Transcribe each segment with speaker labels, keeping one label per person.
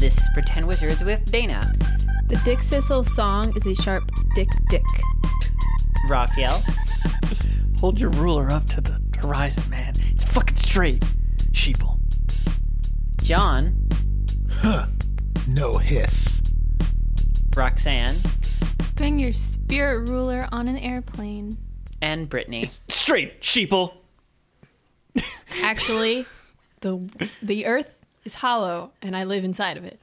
Speaker 1: This is Pretend Wizards with Dana,
Speaker 2: The Dick Sissel song is a sharp dick dick.
Speaker 1: Raphael,
Speaker 3: Hold your ruler up to the horizon, man. It's fucking straight. Sheeple.
Speaker 1: John,
Speaker 4: No hiss.
Speaker 1: Roxanne,
Speaker 5: Bring your spirit ruler on an airplane.
Speaker 1: and Brittany.
Speaker 3: Straight sheeple.
Speaker 2: Actually, the the Earth is hollow, and I live inside of it.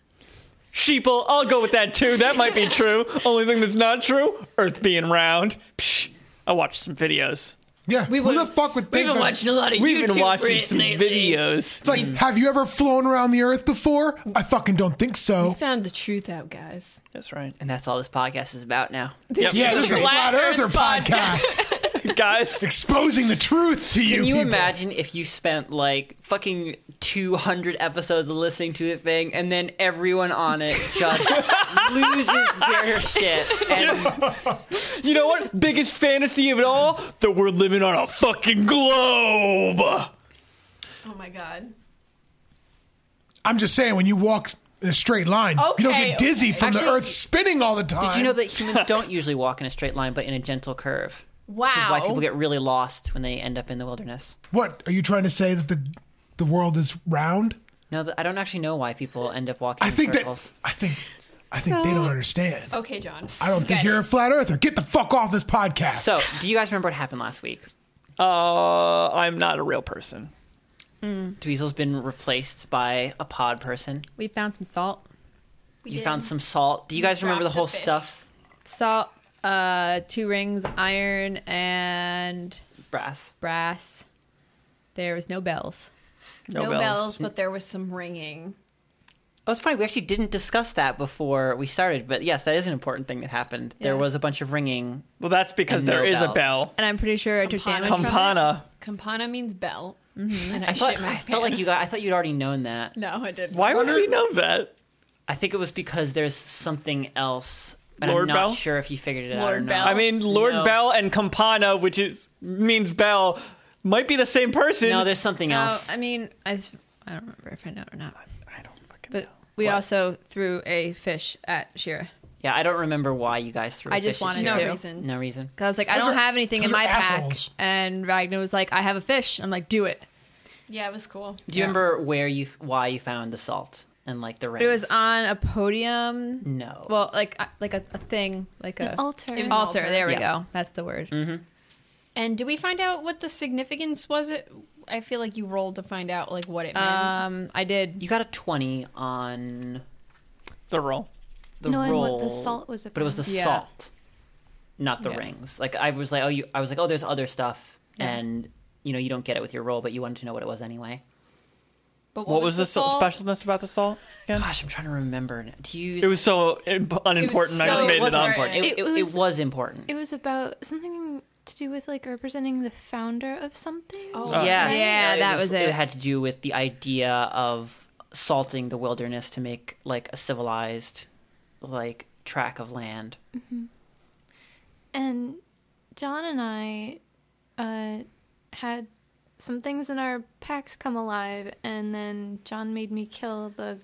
Speaker 3: Sheeple. I'll go with that too. That might be true. Only thing that's not true: Earth being round. Psh. I watched some videos.
Speaker 4: Yeah.
Speaker 2: We
Speaker 4: Who
Speaker 2: would-
Speaker 4: the fuck would
Speaker 2: We've
Speaker 4: think
Speaker 2: been
Speaker 4: that?
Speaker 2: watching a lot of
Speaker 3: We've
Speaker 2: YouTube
Speaker 3: been watching
Speaker 2: Brit
Speaker 3: some
Speaker 2: lately.
Speaker 3: videos.
Speaker 4: It's like, have you ever flown around the earth before? I fucking don't think so.
Speaker 2: Found the truth out, guys.
Speaker 3: That's right,
Speaker 1: And that's all this podcast is about now.
Speaker 3: Yep.
Speaker 4: Yeah, this is a flat earther podcast
Speaker 3: guys.
Speaker 4: exposing the truth to you.
Speaker 1: Can you
Speaker 4: people.
Speaker 1: imagine if you spent like fucking 200 episodes listening to the thing and then everyone on it just loses their shit? And
Speaker 3: You know what? Biggest fantasy of it all: that we're living on a fucking globe.
Speaker 2: Oh my god.
Speaker 4: I'm just saying, when you walk in a straight line, you don't
Speaker 2: Okay,
Speaker 4: get dizzy
Speaker 2: okay.
Speaker 4: from the
Speaker 1: Actually,
Speaker 4: earth spinning all the time.
Speaker 1: did you know that humans don't usually walk in a straight line but in a gentle curve? Which is why people
Speaker 2: Wow.
Speaker 1: get really lost when they end up in the wilderness.
Speaker 4: What are you trying to say that the the world is round?
Speaker 1: No, th- I don't actually know why people end up walking
Speaker 4: I
Speaker 1: in
Speaker 4: think
Speaker 1: circles.
Speaker 4: that I think I think they don't understand.
Speaker 2: Okay, John.
Speaker 4: I don't think
Speaker 2: Got
Speaker 4: you're
Speaker 2: it.
Speaker 4: a flat earther. Get the fuck off this podcast.
Speaker 1: So, do you guys remember what happened last week?
Speaker 3: Uh, I'm not a real person.
Speaker 1: Dweezil's been replaced by a pod person.
Speaker 2: We found some salt.
Speaker 1: you found some salt. Do you guys remember the
Speaker 5: dropped a
Speaker 1: whole
Speaker 5: fish.
Speaker 1: stuff?
Speaker 2: Salt, uh, two rings, iron, and
Speaker 1: Brass.
Speaker 2: brass. There was no bells.
Speaker 3: No,
Speaker 5: but there was some ringing.
Speaker 1: Oh, it's funny. We actually didn't discuss that before we started, but yes, that is an important thing that happened. There
Speaker 2: Yeah.
Speaker 1: was a bunch of ringing.
Speaker 3: Well, that's because
Speaker 1: And no
Speaker 3: there is
Speaker 1: bells.
Speaker 3: a bell.
Speaker 2: And I'm pretty sure I took
Speaker 5: Campana.
Speaker 2: damage from it. Mm-hmm.
Speaker 3: Campana.
Speaker 5: Campana means bell. And I,
Speaker 1: I, thought,
Speaker 5: shit my
Speaker 1: I felt like you got. I thought you'd already known that.
Speaker 5: No, I didn't.
Speaker 3: Why would we know that?
Speaker 1: I think it was because there's something else, but I'm
Speaker 3: Lord
Speaker 1: not
Speaker 3: Bell?
Speaker 1: sure if you figured it out or
Speaker 5: Lord
Speaker 1: not.
Speaker 5: Bell?
Speaker 3: I mean, Lord
Speaker 1: Oh, No.
Speaker 3: Bell and Campana, which is means bell, might be the same person.
Speaker 1: No, there's something
Speaker 2: No,
Speaker 1: else.
Speaker 2: I mean, I, I don't remember if I know or not.
Speaker 3: I don't fucking
Speaker 2: But
Speaker 3: know.
Speaker 2: we
Speaker 3: What?
Speaker 2: also threw a fish at Shira.
Speaker 1: yeah, I don't remember why you guys threw. a
Speaker 2: I just
Speaker 1: fish at
Speaker 2: wanted
Speaker 1: Shira.
Speaker 5: no
Speaker 2: to.
Speaker 5: reason.
Speaker 1: No reason.
Speaker 2: Cause I was like, I
Speaker 4: Those
Speaker 2: don't
Speaker 4: are-
Speaker 2: have anything in
Speaker 4: those are
Speaker 2: my
Speaker 4: assholes.
Speaker 2: pack, and Ragnar was like, I have a fish. I'm like, do it.
Speaker 5: Yeah, it was cool.
Speaker 1: Do you remember where you why you found the salt and like the rings?
Speaker 2: It was on a podium.
Speaker 1: no.
Speaker 2: Well, like uh, like a, a thing, like a
Speaker 5: altar.
Speaker 2: It was
Speaker 5: An
Speaker 2: altar.
Speaker 5: altar.
Speaker 2: There we
Speaker 1: Yeah.
Speaker 2: go. That's the word.
Speaker 5: And did we find out what the significance was? It. I feel like you rolled to find out like what it meant.
Speaker 2: Um, I did.
Speaker 1: you got a twenty on
Speaker 3: the roll.
Speaker 1: the
Speaker 5: Knowing what
Speaker 1: roll.
Speaker 5: the salt was
Speaker 1: but it was the
Speaker 5: about.
Speaker 2: Yeah.
Speaker 1: salt, not the
Speaker 2: Yeah.
Speaker 1: rings. Like I was like, oh, you. I was like, oh, there's other stuff, and you know, you don't get it with your roll, but you wanted to know what it was anyway.
Speaker 5: but
Speaker 3: What was the so-
Speaker 5: salt?
Speaker 3: specialness about the salt again?
Speaker 1: Gosh, I'm trying to remember. now. Do you?
Speaker 3: It was so imp- unimportant. I
Speaker 5: so-
Speaker 3: just
Speaker 1: No,
Speaker 3: made
Speaker 1: it
Speaker 3: it,
Speaker 1: wasn't
Speaker 3: up.
Speaker 1: important. It,
Speaker 5: It
Speaker 1: it- it
Speaker 5: was-
Speaker 1: was important.
Speaker 5: It was about something to do with like representing the founder of something. Oh,
Speaker 1: yes.
Speaker 2: Yeah,
Speaker 1: uh,
Speaker 2: that was it.
Speaker 1: It had to do with the idea of salting the wilderness to make like a civilized, like track of land.
Speaker 5: and John and I uh, had some things in our packs come alive, and then John made me kill the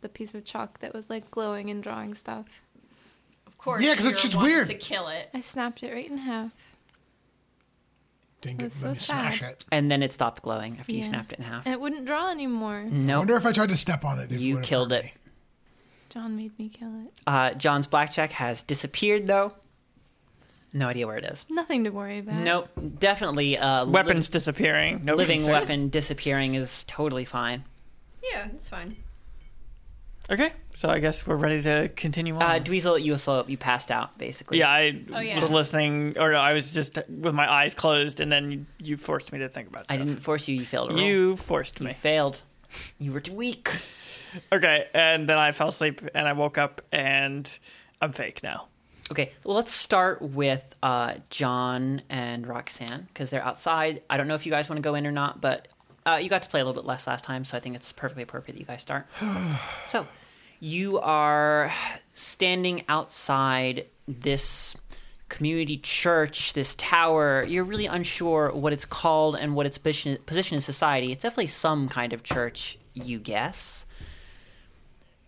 Speaker 5: the piece of chalk that was like glowing and drawing stuff.
Speaker 6: Of course.
Speaker 4: Yeah, 'cause
Speaker 6: you're
Speaker 4: it's just
Speaker 6: wanting
Speaker 4: weird.
Speaker 6: To kill it.
Speaker 5: I snapped it right in half.
Speaker 4: Dang it,
Speaker 5: That's so
Speaker 4: let me smash
Speaker 5: sad.
Speaker 4: it.
Speaker 1: And then it stopped glowing after you
Speaker 5: Yeah.
Speaker 1: snapped it in half. Mm.
Speaker 5: And it wouldn't draw anymore.
Speaker 4: I
Speaker 1: No,
Speaker 4: wonder if I tried to step on it. If
Speaker 1: Oh. you
Speaker 4: would've
Speaker 1: killed
Speaker 4: hurt
Speaker 1: it.
Speaker 4: me.
Speaker 5: John made me kill it.
Speaker 1: Uh, John's blackjack has disappeared, though. No idea where it is.
Speaker 5: Nothing to worry about.
Speaker 1: Nope. Definitely. Uh, li-
Speaker 3: Weapons disappearing. No
Speaker 1: living
Speaker 3: concern.
Speaker 1: weapon disappearing is totally fine.
Speaker 2: Yeah, it's fine.
Speaker 3: Okay, so I guess we're ready to continue on.
Speaker 1: Uh, Dweezil, you also you passed out basically.
Speaker 3: Oh, yeah, I
Speaker 2: yeah.
Speaker 3: was listening, or no, I was just with my eyes closed, and then you, you forced me to think about. Stuff.
Speaker 1: I didn't force you. You failed. A roll.
Speaker 3: You forced
Speaker 1: You
Speaker 3: me.
Speaker 1: failed. You were too weak.
Speaker 3: Okay, and then I fell asleep, and I woke up, and I'm fake now.
Speaker 1: Okay, well, let's start with uh, John and Roxanne because they're outside. I don't know if you guys want to go in or not, but uh, you got to play a little bit less last time, so I think it's perfectly appropriate that you guys start. so, you are standing outside this community church, this tower. You're really unsure what it's called and what its position, position in society. It's definitely some kind of church, you guess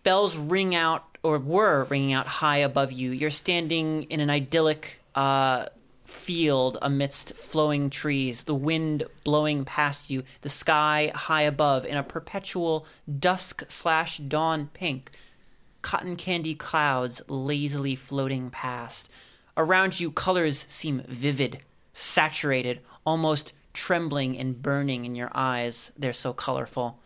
Speaker 1: bells ring out or were ringing out high above you. You're standing in an idyllic uh, field amidst flowing trees, the wind blowing past you, the sky high above in a perpetual dusk slash dawn pink, cotton candy clouds lazily floating past. Around you, colors seem vivid, saturated, almost trembling and burning in your eyes. They're so colorful.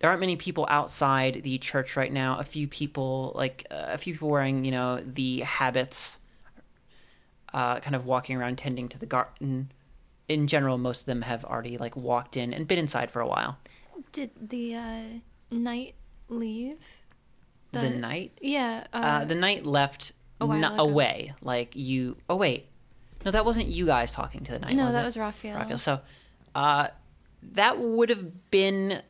Speaker 1: There aren't many people outside the church right now. A few people, like uh, a few people wearing, you know, the habits, uh, kind of walking around tending to the garden. In general, most of them have already like walked in and been inside for a while.
Speaker 5: Did the uh, knight leave?
Speaker 1: The,
Speaker 5: The-
Speaker 1: night
Speaker 5: Yeah. Uh,
Speaker 1: Uh, the knight left
Speaker 5: a while
Speaker 1: n-
Speaker 5: ago.
Speaker 1: away. Like you. Oh wait, no, that wasn't you guys talking to the knight.
Speaker 5: no,
Speaker 1: was
Speaker 5: that
Speaker 1: it?
Speaker 5: was Raphael.
Speaker 1: Raphael. So, uh, that would have been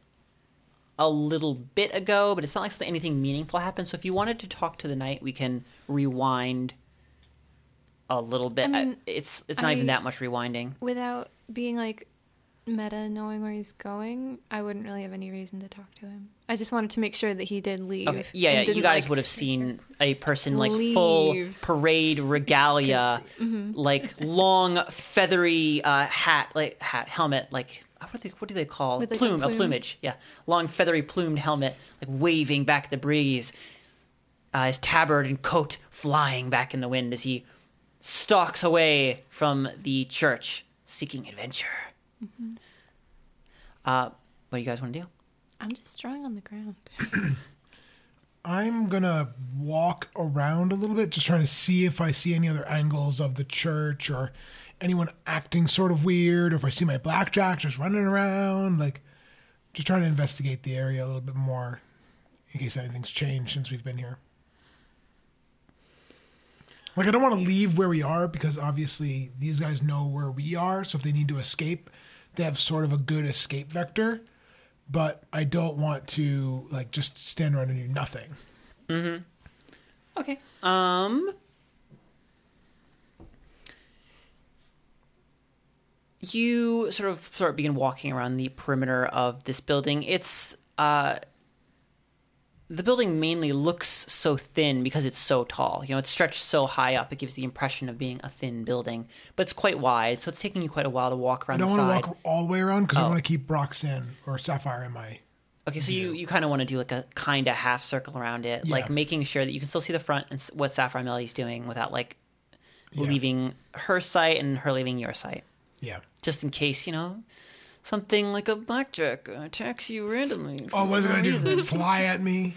Speaker 1: a little bit ago, but it's not like something, anything meaningful happened. So if you wanted to talk to the knight, we can rewind a little bit.
Speaker 5: I
Speaker 1: I-
Speaker 5: mean,
Speaker 1: it's it's not even
Speaker 5: I-
Speaker 1: that much rewinding.
Speaker 5: Without being like meta knowing where he's going, I wouldn't really have any reason to talk to him. I just wanted to make sure that he did leave.
Speaker 1: Okay. Yeah, yeah. You guys would have seen a person like full
Speaker 5: leave. Mm-hmm.
Speaker 1: parade regalia, like long feathery uh, hat, like hat helmet, like uh, what do they, what do they call
Speaker 5: With, like, a
Speaker 1: plume,
Speaker 5: plume.
Speaker 1: plumage? Yeah, long feathery plumed helmet, like waving back the breeze. Uh, his tabard and coat flying back in the wind as he stalks away from the church, seeking adventure.
Speaker 5: Mm-hmm.
Speaker 1: Uh, what do you guys want to do?
Speaker 5: I'm just drawing on the ground.
Speaker 4: I'm gonna walk around a little bit, just trying to see if I see any other angles of the church or anyone acting sort of weird, or if I see my blackjack just running around, like just trying to investigate the area a little bit more in case anything's changed since we've been here. Like I don't want to leave where we are because obviously these guys know where we are, so if they need to escape, they have sort of a good escape vector. But I don't want to like just stand around and do nothing.
Speaker 1: Okay. Um. You sort of sort of begin walking around the perimeter of this building. It's uh, the building mainly looks so thin because it's so tall. You know, it's stretched so high up; it gives the impression of being a thin building, but it's quite wide, so it's taking you quite a while to walk
Speaker 4: I
Speaker 1: around
Speaker 4: don't
Speaker 1: the
Speaker 4: want
Speaker 1: side.
Speaker 4: to walk all the way around because I
Speaker 1: Oh.
Speaker 4: want to keep Roxanne or Sapphire in my.
Speaker 1: Okay, so you, you kind of want to do like a kind of half circle around it, like
Speaker 4: Yeah.
Speaker 1: making sure that you can still see the front and s- what Sapphire Melody's doing without like
Speaker 4: Yeah.
Speaker 1: leaving her sight and her leaving your sight,
Speaker 4: Yeah.
Speaker 1: just in case you know something like a blackjack uh, attacks you randomly.
Speaker 4: Oh,
Speaker 1: for
Speaker 4: what is it
Speaker 1: no
Speaker 4: going to
Speaker 1: reason.
Speaker 4: do? Fly at me?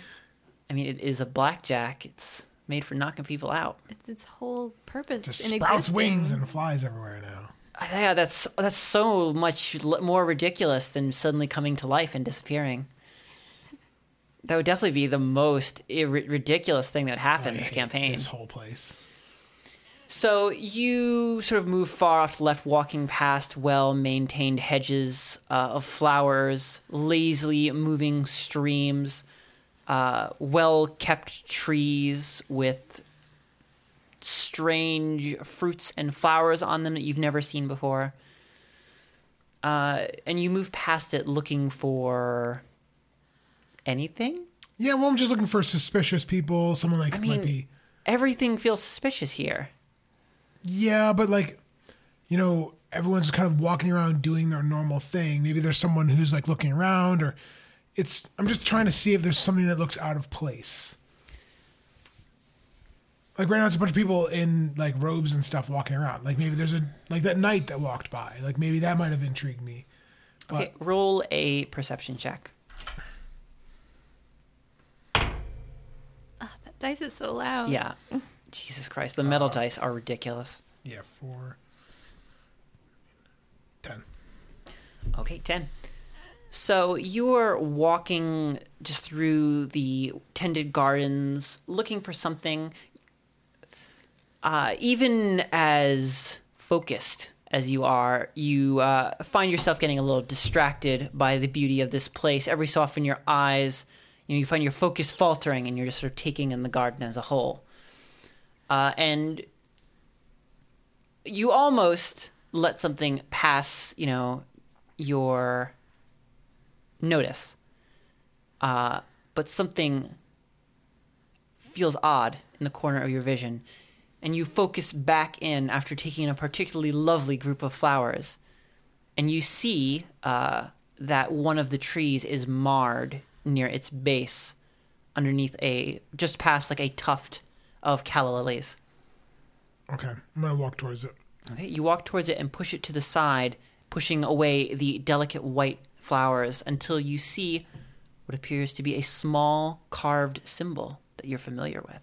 Speaker 1: I mean, it is a blackjack. It's made for knocking people out.
Speaker 5: It's its whole purpose
Speaker 4: Just
Speaker 5: in
Speaker 4: sprouts
Speaker 5: existing.
Speaker 4: wings and flies everywhere now.
Speaker 1: Yeah, that's that's so much l- more ridiculous than suddenly coming to life and disappearing. That would definitely be the most ir- ridiculous thing that would happen in
Speaker 4: I
Speaker 1: this
Speaker 4: hate
Speaker 1: campaign.
Speaker 4: This whole place.
Speaker 1: So you sort of move far off to the left, walking past well maintained hedges uh, of flowers, lazily moving streams, uh, well kept trees with strange fruits and flowers on them that you've never seen before. Uh, and you move past it looking for anything?
Speaker 4: Yeah, well, I'm just looking for suspicious people. Someone like
Speaker 1: I
Speaker 4: might
Speaker 1: mean,
Speaker 4: be.
Speaker 1: everything feels suspicious here.
Speaker 4: Yeah, but like, you know, everyone's kind of walking around doing their normal thing. Maybe there's someone who's like looking around, or it's. I'm just trying to see if there's something that looks out of place. Like right now, it's a bunch of people in like robes and stuff walking around. Like maybe there's a like that knight that walked by. Like maybe that might have intrigued me.
Speaker 1: Okay, roll a perception check.
Speaker 5: That dice is so loud.
Speaker 1: Yeah. Jesus Christ, the metal dice are ridiculous.
Speaker 4: Yeah, four, ten.
Speaker 1: Okay, 10. So you're walking just through the tended gardens looking for something. Uh, even as focused as you are, you uh, find yourself getting a little distracted by the beauty of this place. Every so often, your eyes, you know, you find your focus faltering and you're just sort of taking in the garden as a whole. Uh, and you almost let something pass, you know, your notice. uh, but something feels odd in the corner of your vision, and you focus back in after taking a particularly lovely group of flowers, and you see uh, that one of the trees is marred near its base, underneath a just past like a tuft of calla lilies.
Speaker 4: Okay, I'm gonna walk towards it.
Speaker 1: Okay, you walk towards it and push it to the side, pushing away the delicate white flowers until you see what appears to be a small carved symbol that you're familiar with.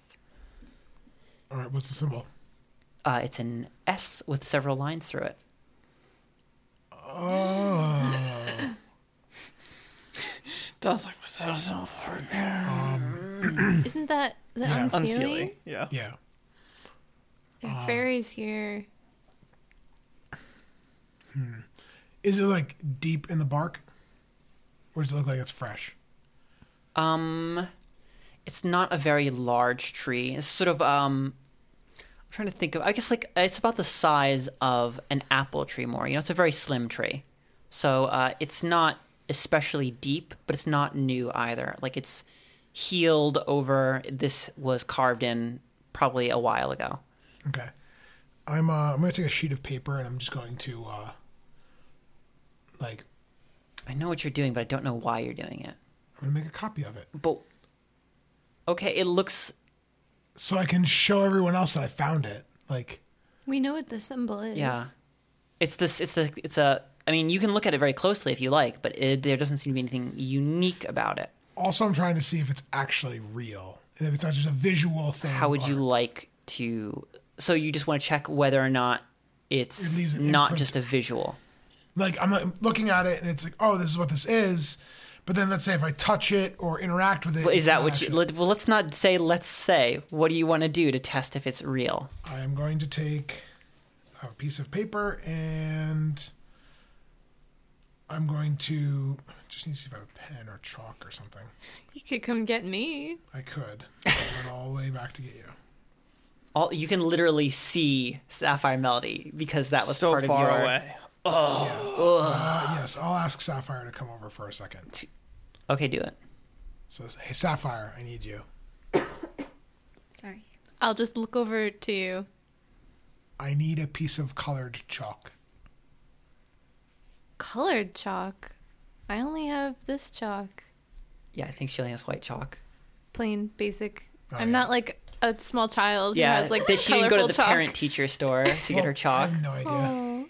Speaker 4: All right, what's the symbol?
Speaker 1: Uh, it's an S with several lines through it.
Speaker 3: Does like what's that sound for?
Speaker 5: Isn't that the
Speaker 4: Yeah. Ah.
Speaker 5: unsealing?
Speaker 3: Unsealing. Yeah.
Speaker 4: Yeah.
Speaker 5: There are fairies here.
Speaker 4: Is it like deep in the bark, or does it look like it's fresh?
Speaker 1: Um, it's not a very large tree. It's sort of um, I'm trying to think of. I guess like it's about the size of an apple tree. More, you know, it's a very slim tree, so uh, it's not especially deep, but it's not new either. Like it's healed over. This was carved in probably a while ago.
Speaker 4: Okay. I'm uh, I'm gonna take a sheet of paper and I'm just going to uh, like
Speaker 1: I know what you're doing, but I don't know why you're doing it.
Speaker 4: I'm gonna make a copy of it
Speaker 1: But okay, it looks
Speaker 4: so I can show everyone else that I found it. Like
Speaker 5: We know what the symbol is.
Speaker 1: Yeah. It's this. It's the. It's a. I mean, you can look at it very closely if you like, but it, there doesn't seem to be anything unique about it.
Speaker 4: also I'm trying to see if it's actually real and if it's not just a visual thing.
Speaker 1: How would you
Speaker 4: or-
Speaker 1: like to? So you just want to check whether or not it's
Speaker 4: It leaves an
Speaker 1: not
Speaker 4: imprint.
Speaker 1: just a visual.
Speaker 4: like? I'm like, looking at it and it's like, oh, this is what this is. But then let's say if I touch it or interact with it,
Speaker 1: Is
Speaker 4: it's
Speaker 1: that
Speaker 4: not
Speaker 1: what you?
Speaker 4: actually-
Speaker 1: Let, well, let's not say. Let's say. What do you want to do to test if it's real?
Speaker 4: I am going to take a piece of paper and I'm going to just need to see if I have a pen or chalk or something.
Speaker 5: You could come get me.
Speaker 4: I could. I went all the way back to get you.
Speaker 1: All you can literally see Sapphire Melody because that was
Speaker 3: so
Speaker 1: part
Speaker 3: far
Speaker 1: of your.
Speaker 3: away.
Speaker 4: Uh, yes, I'll ask Sapphire to come over for a second.
Speaker 1: Okay, do it.
Speaker 4: So, hey, Sapphire, I need you.
Speaker 5: Sorry. I'll just look over to you.
Speaker 4: I need a piece of colored chalk.
Speaker 5: Colored chalk. I only have this chalk.
Speaker 1: Yeah, I think she only has white chalk.
Speaker 5: Plain, basic.
Speaker 4: Oh,
Speaker 5: I'm
Speaker 4: yeah.
Speaker 5: not like a small child
Speaker 1: Yeah,
Speaker 5: who has like
Speaker 1: that she didn't go to
Speaker 5: colorful
Speaker 1: the
Speaker 5: chalk.
Speaker 1: parent teacher store to get her
Speaker 4: I
Speaker 1: chalk.
Speaker 4: have no idea.
Speaker 5: Oh.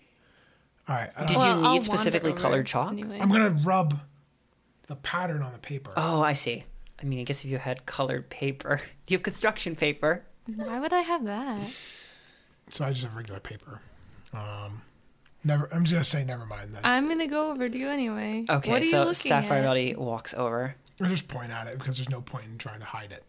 Speaker 4: All right. I
Speaker 1: Did
Speaker 4: don't-
Speaker 1: you
Speaker 5: Well,
Speaker 1: need
Speaker 5: I'll wander
Speaker 1: specifically
Speaker 5: over
Speaker 1: colored chalk?
Speaker 5: anyway.
Speaker 4: I'm going to rub the pattern on the paper.
Speaker 1: Oh, I see. I mean, I guess if you had colored paper, you have construction paper.
Speaker 5: Why would I have that?
Speaker 4: So I just have regular paper. Um, never. I'm just going to say never mind then.
Speaker 5: I'm gonna go over to you anyway.
Speaker 1: Okay,
Speaker 5: what are you
Speaker 1: so
Speaker 5: looking
Speaker 1: Sapphire
Speaker 5: at?
Speaker 1: Melody walks over.
Speaker 4: Or just point at it because there's no point in trying to hide it.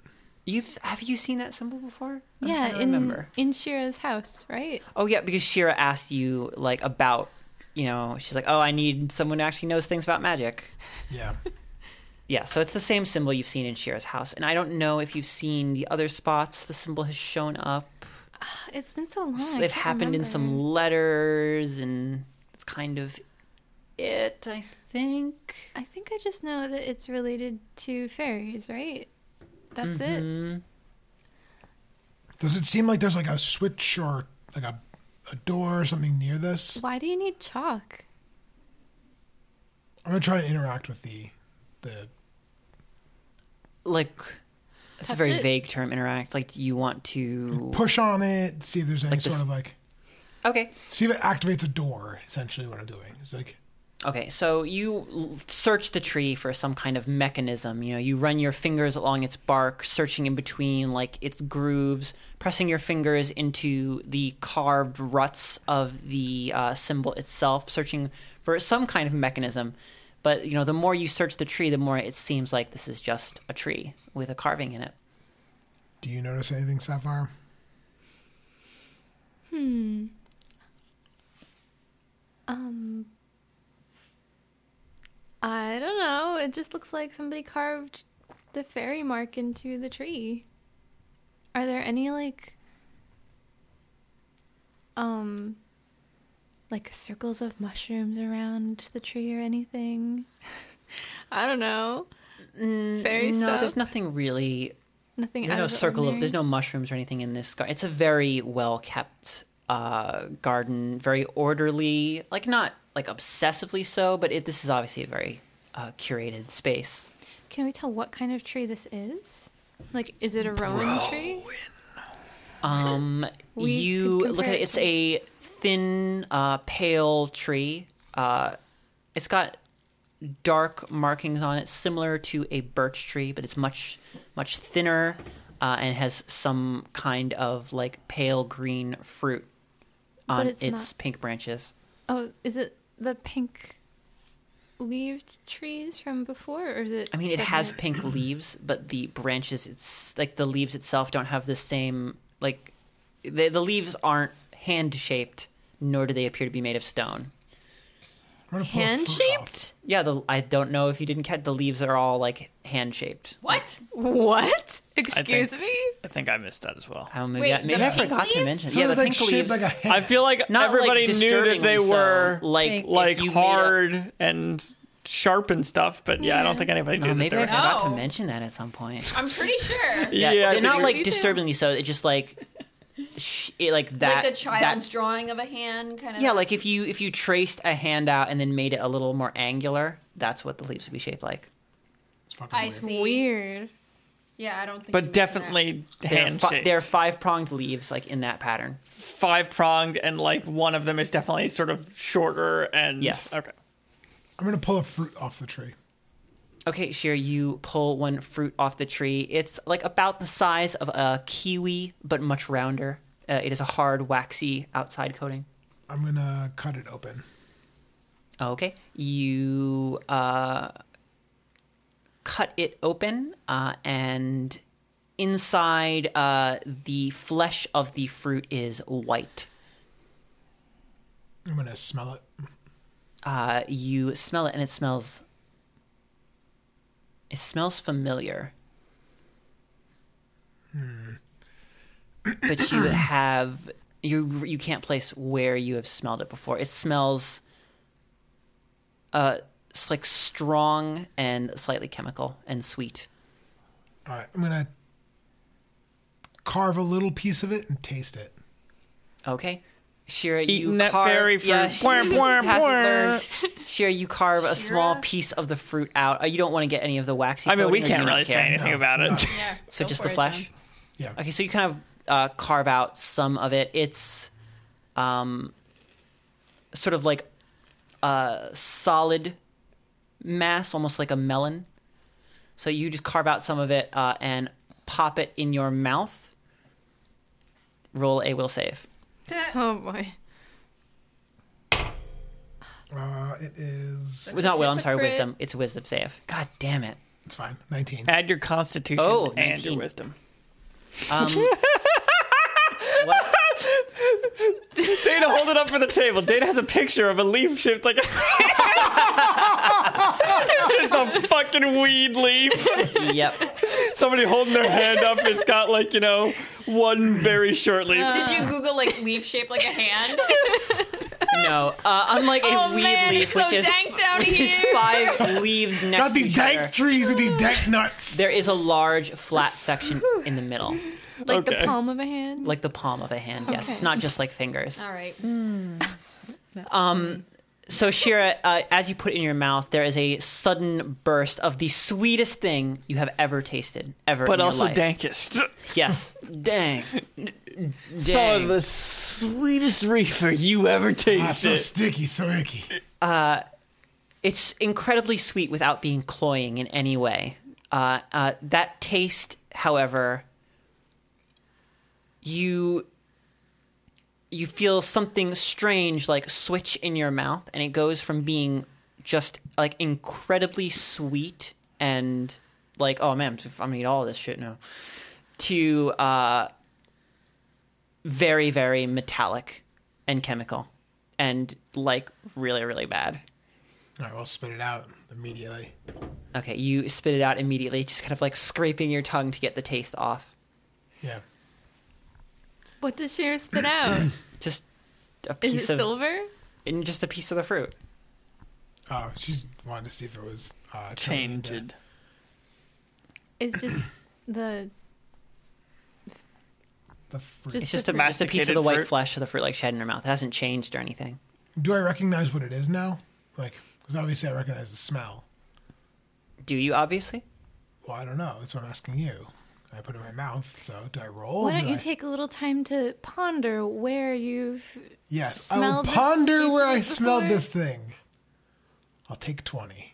Speaker 1: You've have you seen that symbol before? I'm
Speaker 5: yeah,
Speaker 1: trying to
Speaker 5: in
Speaker 1: remember.
Speaker 5: in Shira's house, right?
Speaker 1: Oh yeah, because Shira asked you like about, you know, she's like, oh, I need someone who actually knows things about magic.
Speaker 4: Yeah.
Speaker 1: Yeah, so it's the same symbol you've seen in Shira's house, and I don't know if you've seen the other spots the symbol has shown up.
Speaker 5: It's been so long. I
Speaker 1: They've
Speaker 5: can't
Speaker 1: happened in some
Speaker 5: remember.
Speaker 1: letters, and it's kind of it, I think.
Speaker 5: I think I just know that it's related to fairies, right? That's it.
Speaker 1: Mhm.
Speaker 4: Does it seem like there's like a switch or like a, a door or something near this?
Speaker 5: Why do you need chalk?
Speaker 4: I'm going to try to interact with the the
Speaker 1: like it's a
Speaker 5: Touch
Speaker 1: very
Speaker 5: it?
Speaker 1: vague term interact like do you want to
Speaker 4: push on it, see if there's any
Speaker 1: Like
Speaker 4: sort
Speaker 1: this-
Speaker 4: of like
Speaker 1: okay
Speaker 4: see if it activates a door. Essentially, what I'm doing is like
Speaker 1: okay so you l- search the tree for some kind of mechanism you know you run your fingers along its bark searching in between like its grooves pressing your fingers into the carved ruts of the uh, symbol itself searching for some kind of mechanism but you know the more you search the tree the more it seems like this is just a tree with a carving in it
Speaker 4: Do you notice anything, Sapphire?
Speaker 5: Um, I don't know. It just looks like somebody carved the fairy mark into the tree. Are there any like, um, like circles of mushrooms around the tree or anything? I don't know. fairy
Speaker 1: Mm, no,
Speaker 5: stuff.
Speaker 1: there's nothing really.
Speaker 5: nothing.
Speaker 1: There's
Speaker 5: out
Speaker 1: no
Speaker 5: of the
Speaker 1: circle of.
Speaker 5: ordinary.
Speaker 1: There's no mushrooms or anything in this garden. It's a very well kept uh, garden, very orderly. Like not like obsessively so, but it, this is obviously a very uh, curated space.
Speaker 5: Can we tell what kind of tree this is? Like, is it a rowan tree?
Speaker 1: Um,
Speaker 5: We
Speaker 1: you
Speaker 5: could
Speaker 1: look
Speaker 5: compare
Speaker 1: at it.
Speaker 5: it
Speaker 1: It's
Speaker 5: to-
Speaker 1: a thin, uh, pale tree. Uh, it's got dark markings on it, similar to a birch tree, but it's much, much thinner uh, and has some kind of like pale green fruit on
Speaker 5: But
Speaker 1: its,
Speaker 5: it's
Speaker 1: pink branches.
Speaker 5: Oh, is it the pink leaved trees from before, or is it?
Speaker 1: I mean, it has
Speaker 5: different?
Speaker 1: pink leaves, but the branches, it's like the leaves itself don't have the same like the the leaves aren't hand shaped, nor do they appear to be made of stone.
Speaker 4: I'm gonna pull a
Speaker 5: hand
Speaker 4: fruit off.
Speaker 5: shaped.
Speaker 1: Yeah, the, I don't know if you didn't catch the leaves are all like hand shaped.
Speaker 2: What?
Speaker 5: What? Excuse me.
Speaker 3: I think I missed that as well.
Speaker 1: Oh, maybe
Speaker 2: Wait,
Speaker 1: I, maybe
Speaker 2: the
Speaker 1: I
Speaker 2: pink
Speaker 1: forgot to
Speaker 2: leaves?
Speaker 1: mention.
Speaker 4: So
Speaker 1: yeah, the
Speaker 4: they're, like
Speaker 1: pink leaves.
Speaker 4: shaped like a hand.
Speaker 3: I feel like
Speaker 1: Not, like,
Speaker 3: everybody knew that they
Speaker 1: disturbingly so.
Speaker 3: were
Speaker 1: Like,
Speaker 3: like
Speaker 1: if
Speaker 3: like
Speaker 1: you made a-
Speaker 3: hard and sharp and stuff, but yeah, I don't
Speaker 5: Yeah.
Speaker 3: think anybody knew
Speaker 1: Oh,
Speaker 3: that
Speaker 1: maybe
Speaker 3: they
Speaker 1: I
Speaker 3: were.
Speaker 1: forgot to
Speaker 2: No.
Speaker 1: mention that at some point.
Speaker 2: I'm pretty sure.
Speaker 1: Yeah,
Speaker 3: I
Speaker 1: they're
Speaker 3: think
Speaker 1: not
Speaker 3: you're-
Speaker 1: like disturbingly so. It just like, sh- it, like that.
Speaker 2: like a child's
Speaker 1: that-
Speaker 2: drawing of a hand, kind of.
Speaker 1: yeah, like if you if you traced a hand out and then made it a little more angular, that's what the leaves would be shaped like.
Speaker 4: It's fucking
Speaker 2: I
Speaker 4: weird.
Speaker 2: see.
Speaker 5: Weird.
Speaker 2: Yeah, I don't think.
Speaker 3: but
Speaker 2: you've done that.
Speaker 3: definitely
Speaker 1: They're,
Speaker 3: hand
Speaker 1: fi-
Speaker 3: shaped.
Speaker 1: they're five pronged leaves, like in that pattern.
Speaker 3: five pronged, and like one of them is definitely sort of shorter and
Speaker 1: Yes.
Speaker 3: Okay.
Speaker 4: I'm gonna pull a fruit off the tree.
Speaker 1: Okay, Sheer, you pull one fruit off the tree. It's like about the size of a kiwi, but much rounder. Uh, it is a hard, waxy outside coating.
Speaker 4: I'm gonna cut it open.
Speaker 1: Okay, you uh, cut it open, uh, and inside uh, the flesh of the fruit is white.
Speaker 4: I'm gonna smell it.
Speaker 1: Uh, you smell it, and it smells. It smells familiar. But you have you you can't place where you have smelled it before. It smells. Uh, it's like strong and slightly chemical and sweet.
Speaker 4: All right, I'm gonna carve a little piece of it and taste it.
Speaker 1: Okay. Shira, you
Speaker 3: Eating that
Speaker 1: carve,
Speaker 3: fairy fruit.
Speaker 1: Yeah, Shira
Speaker 3: Bwah, bwah,
Speaker 1: hasn't
Speaker 3: bwah.
Speaker 1: learned. Shira, you carve a small
Speaker 2: Shira?
Speaker 1: piece of the fruit out. Uh, You don't want to get any of the waxy.
Speaker 3: I mean, we
Speaker 1: coating, or you
Speaker 3: can't
Speaker 1: don't
Speaker 3: really say
Speaker 1: care?
Speaker 3: anything about it.
Speaker 2: Yeah,
Speaker 1: So
Speaker 2: go
Speaker 1: just
Speaker 2: for
Speaker 1: the
Speaker 2: it,
Speaker 1: flesh.
Speaker 2: John.
Speaker 4: Yeah.
Speaker 1: Okay, so you kind of uh, carve out some of it. It's um, sort of like a solid mass, almost like a melon. So you just carve out some of it uh, and pop it in your mouth. Roll a will save.
Speaker 5: Oh boy.
Speaker 4: Uh, it is.
Speaker 1: Well, not will, I'm sorry,
Speaker 5: hypocrite.
Speaker 1: wisdom. It's a wisdom save. God damn it.
Speaker 4: It's fine. 19.
Speaker 3: Add your constitution
Speaker 1: Oh,
Speaker 3: and your
Speaker 1: 19.
Speaker 3: wisdom.
Speaker 1: Um, what?
Speaker 3: Data, hold it up for the table. Data has a picture of a leaf shaped like a. it's just a fucking weed leaf.
Speaker 1: yep.
Speaker 3: Somebody holding their hand up. It's got like you know one very short leaf.
Speaker 1: Uh,
Speaker 2: Did you Google like leaf shaped like a hand?
Speaker 1: No. Uh, unlike a
Speaker 2: oh
Speaker 1: weed
Speaker 2: man,
Speaker 1: leaf,
Speaker 2: it's so
Speaker 1: which is
Speaker 2: dank down
Speaker 1: is
Speaker 2: here.
Speaker 1: five leaves next
Speaker 4: Got
Speaker 1: to
Speaker 4: these
Speaker 1: each other.
Speaker 4: dank trees with these dank nuts.
Speaker 1: There is a large flat section in the middle,
Speaker 5: Like
Speaker 3: Okay.
Speaker 5: the palm of a hand.
Speaker 1: like the palm of a hand. Yes, it's
Speaker 5: Okay.
Speaker 1: not just like fingers.
Speaker 6: Uh,
Speaker 2: All right.
Speaker 1: So Shira, uh, as you put it in your mouth, there is a sudden burst of the sweetest thing you have ever tasted, ever. in
Speaker 3: but
Speaker 1: your
Speaker 3: also
Speaker 1: life.
Speaker 3: dankest.
Speaker 1: Yes, dang. dang.
Speaker 3: Some of the sweetest reefer you ever
Speaker 4: Ah, so
Speaker 3: tasted.
Speaker 4: sticky, so icky.
Speaker 1: it's incredibly sweet without being cloying in any way. Uh, uh, that taste, however, you you feel something strange like switch in your mouth, and it goes from being just like incredibly sweet and like oh man, I'm gonna eat all this shit now, to uh, very very metallic and chemical and like really really bad.
Speaker 4: All right, we'll spit it out immediately.
Speaker 1: Okay, you spit it out immediately, just kind of like scraping your tongue to get the taste off.
Speaker 4: Yeah.
Speaker 5: What does Shira spit out?
Speaker 1: Just a
Speaker 5: Is it
Speaker 1: piece of
Speaker 5: silver?
Speaker 1: and just a piece of the fruit.
Speaker 4: Oh, she wanted to see if it was uh, turned into-
Speaker 3: Tainted.
Speaker 5: It's just the
Speaker 4: The fruit.
Speaker 5: Just-
Speaker 1: It's just
Speaker 5: the
Speaker 1: a
Speaker 5: fruit.
Speaker 1: masterpiece of
Speaker 3: Masticated
Speaker 1: the white
Speaker 3: fruit.
Speaker 1: flesh of the fruit like she had in her mouth. It hasn't changed or anything.
Speaker 4: Do I recognize what it is now? Like, because obviously I recognize the smell.
Speaker 1: Do you obviously?
Speaker 4: Well, I don't know. That's what I'm asking you. I put it in my mouth. So do I roll?
Speaker 5: Why
Speaker 4: Do
Speaker 5: don't you
Speaker 4: I-
Speaker 5: take a little time to ponder where you've
Speaker 4: Yes, I will
Speaker 5: smelled this
Speaker 4: ponder where I
Speaker 5: piece of it
Speaker 4: smelled
Speaker 5: before?
Speaker 4: this thing. I'll take twenty.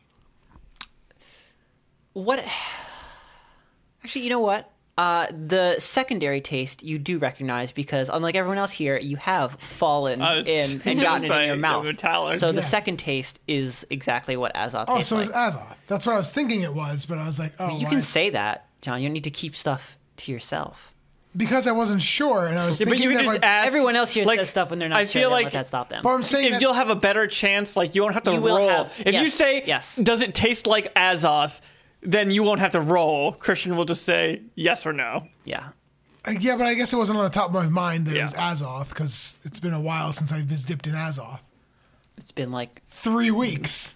Speaker 1: What? Actually, you know what? Uh, the secondary taste you do recognize because, unlike everyone else here, you have fallen
Speaker 3: I was
Speaker 1: in and
Speaker 3: gonna
Speaker 1: gotten it in
Speaker 3: say,
Speaker 1: your mouth.
Speaker 3: metallic.
Speaker 1: So the
Speaker 4: Yeah.
Speaker 1: second taste is exactly what Azoth
Speaker 4: Oh,
Speaker 1: tastes
Speaker 4: so
Speaker 1: like.
Speaker 4: it's Azoth. That's what I was thinking it was, but I was like, oh,
Speaker 1: you
Speaker 4: why?
Speaker 1: can say that, John. You don't need to keep stuff to yourself.
Speaker 4: because I wasn't sure, and I was
Speaker 3: Yeah, but
Speaker 4: thinking
Speaker 3: you would
Speaker 4: that
Speaker 3: just
Speaker 4: my-
Speaker 3: ask.
Speaker 1: Everyone else here
Speaker 3: like,
Speaker 1: says stuff when they're not
Speaker 3: I
Speaker 1: sure.
Speaker 3: feel
Speaker 1: Don't
Speaker 3: like-
Speaker 1: let that stop them.
Speaker 4: But I'm saying
Speaker 3: If
Speaker 4: that
Speaker 3: you'll have a better chance, like you won't have to
Speaker 1: You will
Speaker 3: roll.
Speaker 1: have-
Speaker 3: if you
Speaker 1: yes,
Speaker 3: say,
Speaker 1: yes.
Speaker 3: does it taste like Azoth? Then you won't have to roll. Christian will just say yes or no.
Speaker 1: Yeah.
Speaker 4: Uh, Yeah, but I guess it wasn't on the top of my mind that
Speaker 3: Yeah.
Speaker 4: it was Azoth because it's been a while since I've been dipped in Azoth.
Speaker 1: It's been like,
Speaker 4: Three weeks.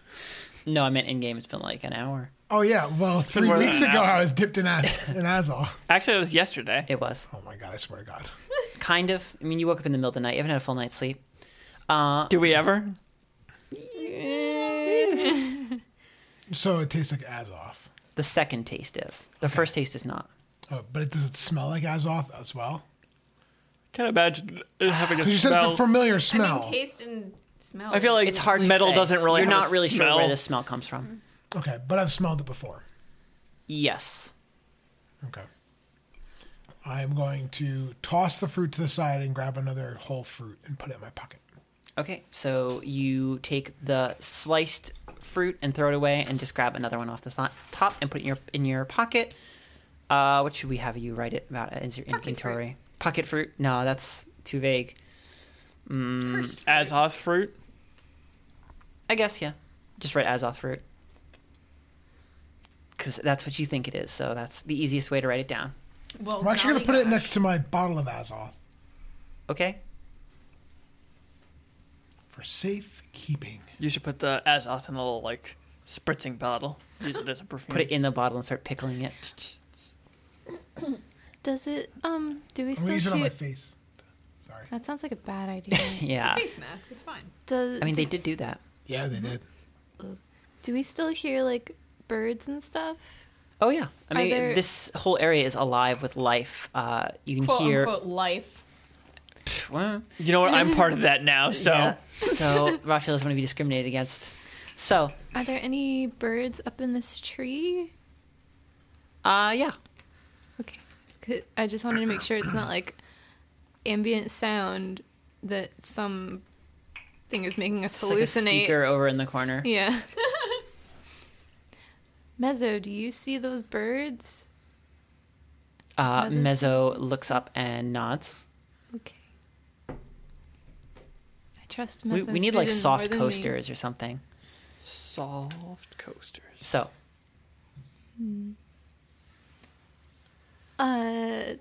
Speaker 1: no, I meant in game, it's been like an hour.
Speaker 4: Oh yeah, well, three
Speaker 3: more than
Speaker 4: weeks
Speaker 3: an
Speaker 4: ago
Speaker 3: hour.
Speaker 4: I was dipped in, Az- in Azoth.
Speaker 3: Actually, it was yesterday.
Speaker 1: It was.
Speaker 4: Oh my god, I swear to God.
Speaker 1: Kind of. I mean, you woke up in the middle of the night. You haven't had a full night's sleep. Uh,
Speaker 3: Do we ever?
Speaker 4: So it tastes like Azoth,
Speaker 1: the second taste is. The first taste is not.
Speaker 4: oh, but it doesn't smell like Azoth as well.
Speaker 3: Can't imagine it having a
Speaker 4: Because you said
Speaker 3: smell.
Speaker 4: it's a familiar
Speaker 2: I
Speaker 4: smell.
Speaker 2: mean, taste and smell.
Speaker 3: I feel like
Speaker 1: It's hard to
Speaker 3: metal
Speaker 1: say.
Speaker 3: doesn't really.
Speaker 1: You're
Speaker 3: have
Speaker 1: not
Speaker 3: a
Speaker 1: really sure
Speaker 3: smell.
Speaker 1: where this smell comes from.
Speaker 4: okay, but I've smelled it before.
Speaker 1: Yes.
Speaker 4: Okay. I'm going to toss the fruit to the side and grab another whole fruit and put it in my pocket.
Speaker 1: Okay. So you take the sliced fruit and throw it away, and just grab another one off the so- top and put it in your in your pocket. Uh, what should we have you write it about as your
Speaker 2: Pocket fruit.
Speaker 1: inventory? Pocket fruit? No, that's too vague. Mm,
Speaker 2: Cursed fruit.
Speaker 3: Azoth fruit.
Speaker 1: I guess yeah. Just write Azoth fruit. Because that's what you think it is, so that's the easiest way to write it down.
Speaker 2: Well,
Speaker 4: I'm actually going to put it
Speaker 2: golly
Speaker 4: next
Speaker 2: gosh.
Speaker 4: to my bottle of Azoth
Speaker 1: Okay.
Speaker 4: for safe keeping.
Speaker 3: You should put the Azoth in a little like spritzing bottle. Use it as a perfume.
Speaker 1: Put
Speaker 5: Mm.
Speaker 1: it in the bottle and start pickling it.
Speaker 5: does it um do we
Speaker 4: I'm going to
Speaker 5: still
Speaker 4: use it on my
Speaker 5: shoot
Speaker 4: face. Sorry.
Speaker 5: that sounds like a bad idea.
Speaker 1: Yeah.
Speaker 2: It's a face mask. It's fine.
Speaker 5: does
Speaker 1: I mean,
Speaker 5: do,
Speaker 1: they did do that.
Speaker 4: Yeah, they did.
Speaker 5: do we still hear like birds and stuff?
Speaker 1: Oh yeah, I
Speaker 5: Are
Speaker 1: mean
Speaker 5: there-
Speaker 1: this whole area is alive with life. Uh, you can
Speaker 2: Quote
Speaker 1: hear.
Speaker 2: unquote life.
Speaker 1: Well,
Speaker 3: You know what? I'm part of that now. So
Speaker 1: yeah. so Raphael doesn't want to be discriminated against. So,
Speaker 5: Are there any birds up in this tree?
Speaker 1: uh, yeah,
Speaker 5: Okay. 'Cause I just wanted to make sure it's not like ambient sound that some thing is making us
Speaker 1: it's like a
Speaker 5: hallucinate.
Speaker 1: speaker over in the corner.
Speaker 5: yeah. Mezzo, do you see those birds?
Speaker 1: Uh,
Speaker 5: Mezzo-
Speaker 1: Mezzo looks up and nods.
Speaker 5: Okay. I trust
Speaker 1: We,
Speaker 5: Mezzo's
Speaker 1: we need like
Speaker 5: vision more
Speaker 1: soft
Speaker 5: than me.
Speaker 1: coasters or something.
Speaker 3: soft coasters.
Speaker 1: So,
Speaker 5: Uh,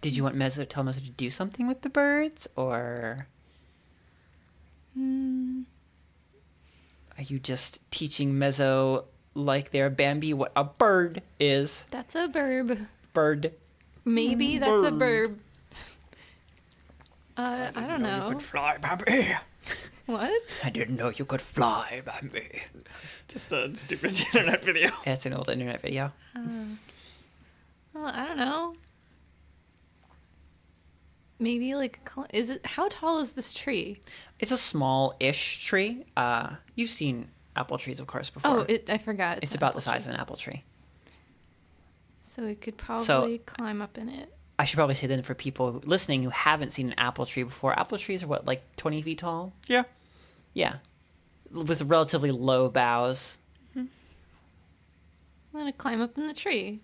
Speaker 1: did you want Mezzo tell Mezzo to do something with the birds, or Hmm.
Speaker 5: mm,
Speaker 1: are you just teaching Mezzo like they're Bambi what a bird is?
Speaker 5: that's a burb.
Speaker 1: Bird.
Speaker 5: Maybe that's a burb. Uh, I don't
Speaker 3: You
Speaker 5: know.
Speaker 3: could fly by me.
Speaker 5: What?
Speaker 1: I didn't know you could fly, Bambi.
Speaker 3: Just a stupid internet video.
Speaker 1: That's an old internet video.
Speaker 5: Well, I don't know. Maybe like a cl- is it how tall is this tree?
Speaker 1: It's a small-ish tree. Uh, you've seen apple trees, of course, before.
Speaker 5: Oh, it, I forgot.
Speaker 1: it's
Speaker 5: an
Speaker 1: about
Speaker 5: apple
Speaker 1: the size
Speaker 5: tree.
Speaker 1: of an apple tree.
Speaker 5: So we could probably
Speaker 1: So-
Speaker 5: climb up in it.
Speaker 1: I should probably say then for people listening who haven't seen an apple tree before, apple trees are what like twenty feet tall.
Speaker 3: Yeah.
Speaker 1: Yeah, with relatively low boughs.
Speaker 5: I'm gonna climb up in the tree.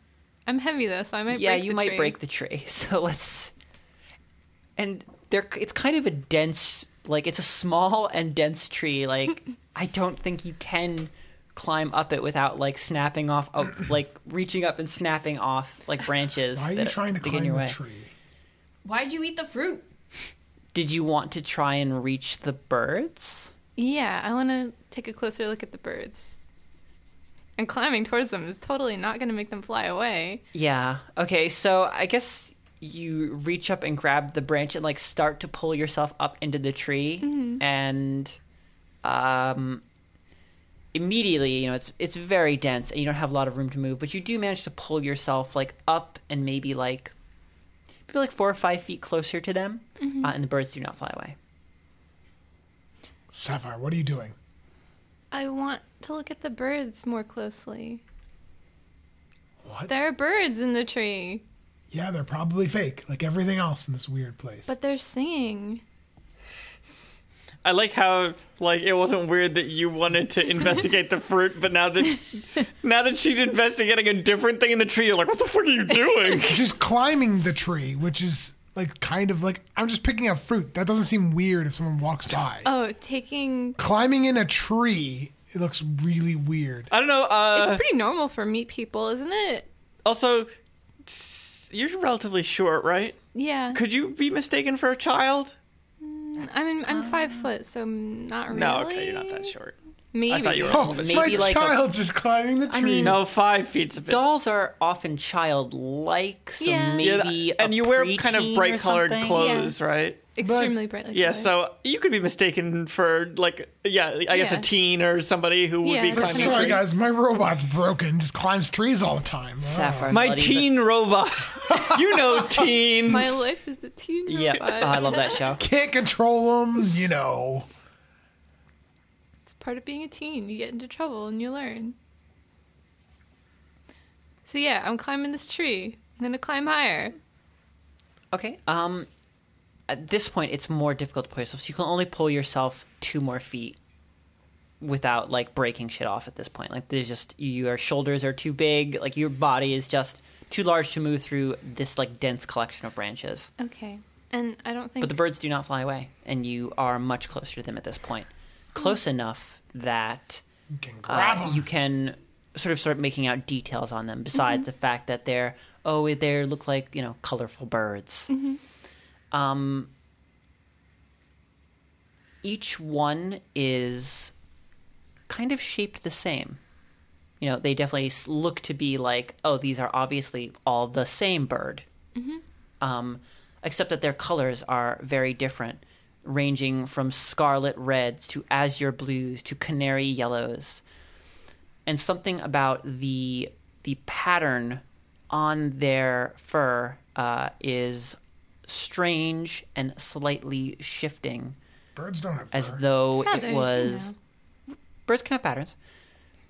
Speaker 5: I'm heavy though, so I might.
Speaker 1: yeah,
Speaker 5: break
Speaker 1: you
Speaker 5: the
Speaker 1: might
Speaker 5: tree.
Speaker 1: break the tree. So let's. And there, it's kind of a dense, like it's a small and dense tree. Like I don't think you can climb up it without like snapping off, of, like reaching up and snapping off like branches.
Speaker 4: Why are you
Speaker 1: that
Speaker 4: trying to
Speaker 1: get in
Speaker 4: climb
Speaker 1: your
Speaker 4: the
Speaker 1: way.
Speaker 4: tree?
Speaker 2: Why'd you eat the fruit?
Speaker 1: Did you want to try and reach the birds?
Speaker 5: Yeah, I want to take a closer look at the birds. And climbing towards them is totally not going to make them fly away.
Speaker 1: Yeah. Okay. So I guess you reach up and grab the branch and like start to pull yourself up into the tree, and um, immediately you know it's it's very dense and you don't have a lot of room to move, but you do manage to pull yourself like up and maybe like maybe like four or five feet closer to them, uh, and the birds do not fly away.
Speaker 4: Sapphire, what are you doing?
Speaker 5: I want to look at the birds more closely.
Speaker 4: What?
Speaker 5: There are birds in the tree,
Speaker 4: yeah, they're probably fake, like everything else in this weird place.
Speaker 5: but they're singing.
Speaker 3: I like how like it wasn't weird that you wanted to investigate the fruit, but now that now that she's investigating a different thing in the tree, you're like, what the fuck are you doing?
Speaker 4: She's climbing the tree, which is like kind of like I'm just picking up fruit. That doesn't seem weird if someone walks by.
Speaker 5: Oh, taking.
Speaker 4: climbing in a tree, it looks really weird.
Speaker 3: I don't know. Uh,
Speaker 5: It's pretty normal for meat people, isn't it?
Speaker 3: also, s- you're relatively short, right?
Speaker 5: Yeah.
Speaker 3: Could you be mistaken for a child?
Speaker 5: I mean, I'm five foot, so not really.
Speaker 3: No, okay, you're not that short.
Speaker 5: Maybe.
Speaker 3: I thought you were a
Speaker 4: Oh,
Speaker 3: little bit.
Speaker 1: Maybe
Speaker 4: my
Speaker 1: like a-
Speaker 4: child's just climbing the tree.
Speaker 1: mean-
Speaker 3: No, five feet's a bit.
Speaker 1: Dolls are often childlike, so
Speaker 5: Yeah. Yeah,
Speaker 1: maybe a
Speaker 3: and you wear kind
Speaker 1: preteen
Speaker 3: of
Speaker 1: or
Speaker 3: bright colored
Speaker 1: something.
Speaker 3: clothes, right?
Speaker 5: Extremely brightly.
Speaker 3: Yeah,
Speaker 5: colored.
Speaker 3: so you could be mistaken for like yeah, I guess
Speaker 5: Yeah.
Speaker 3: a teen or somebody who would
Speaker 5: Yeah,
Speaker 3: be
Speaker 5: that's
Speaker 3: climbing a
Speaker 5: what
Speaker 4: Sorry
Speaker 3: tree.
Speaker 4: guys, my robot's broken. Just climbs trees all the time. Ugh.
Speaker 1: Sapphire,
Speaker 3: My
Speaker 1: not even-
Speaker 3: teen robot. you know teens.
Speaker 5: My life is a teen robot.
Speaker 1: Yeah, Oh, I love that show.
Speaker 4: Can't control them, you know.
Speaker 5: It's part of being a teen. You get into trouble and you learn. So yeah, I'm climbing this tree. I'm gonna climb higher.
Speaker 1: Okay. Um, at this point, it's more difficult to pull yourself. So you can only pull yourself two more feet without like breaking shit off at this point. Like there's just your shoulders are too big. Like your body is just too large to move through this like dense collection of branches.
Speaker 5: Okay. And I don't think
Speaker 1: But the birds do not fly away, and you are much closer to them at this point. Close enough that
Speaker 4: You can grab
Speaker 1: uh,
Speaker 4: 'em.
Speaker 1: you can sort of start making out details on them besides the fact that they're oh they look like you know colorful birds um each one is kind of shaped the same you know they definitely s- look to be like oh these are obviously all the same bird um, except that their colors are very different, ranging from scarlet reds to azure blues to canary yellows. And something about the the pattern on their fur uh, is strange and slightly shifting,
Speaker 4: Birds don't have
Speaker 1: as
Speaker 4: fur.
Speaker 1: though
Speaker 5: feathers,
Speaker 1: it was
Speaker 5: you know.
Speaker 1: birds can have patterns,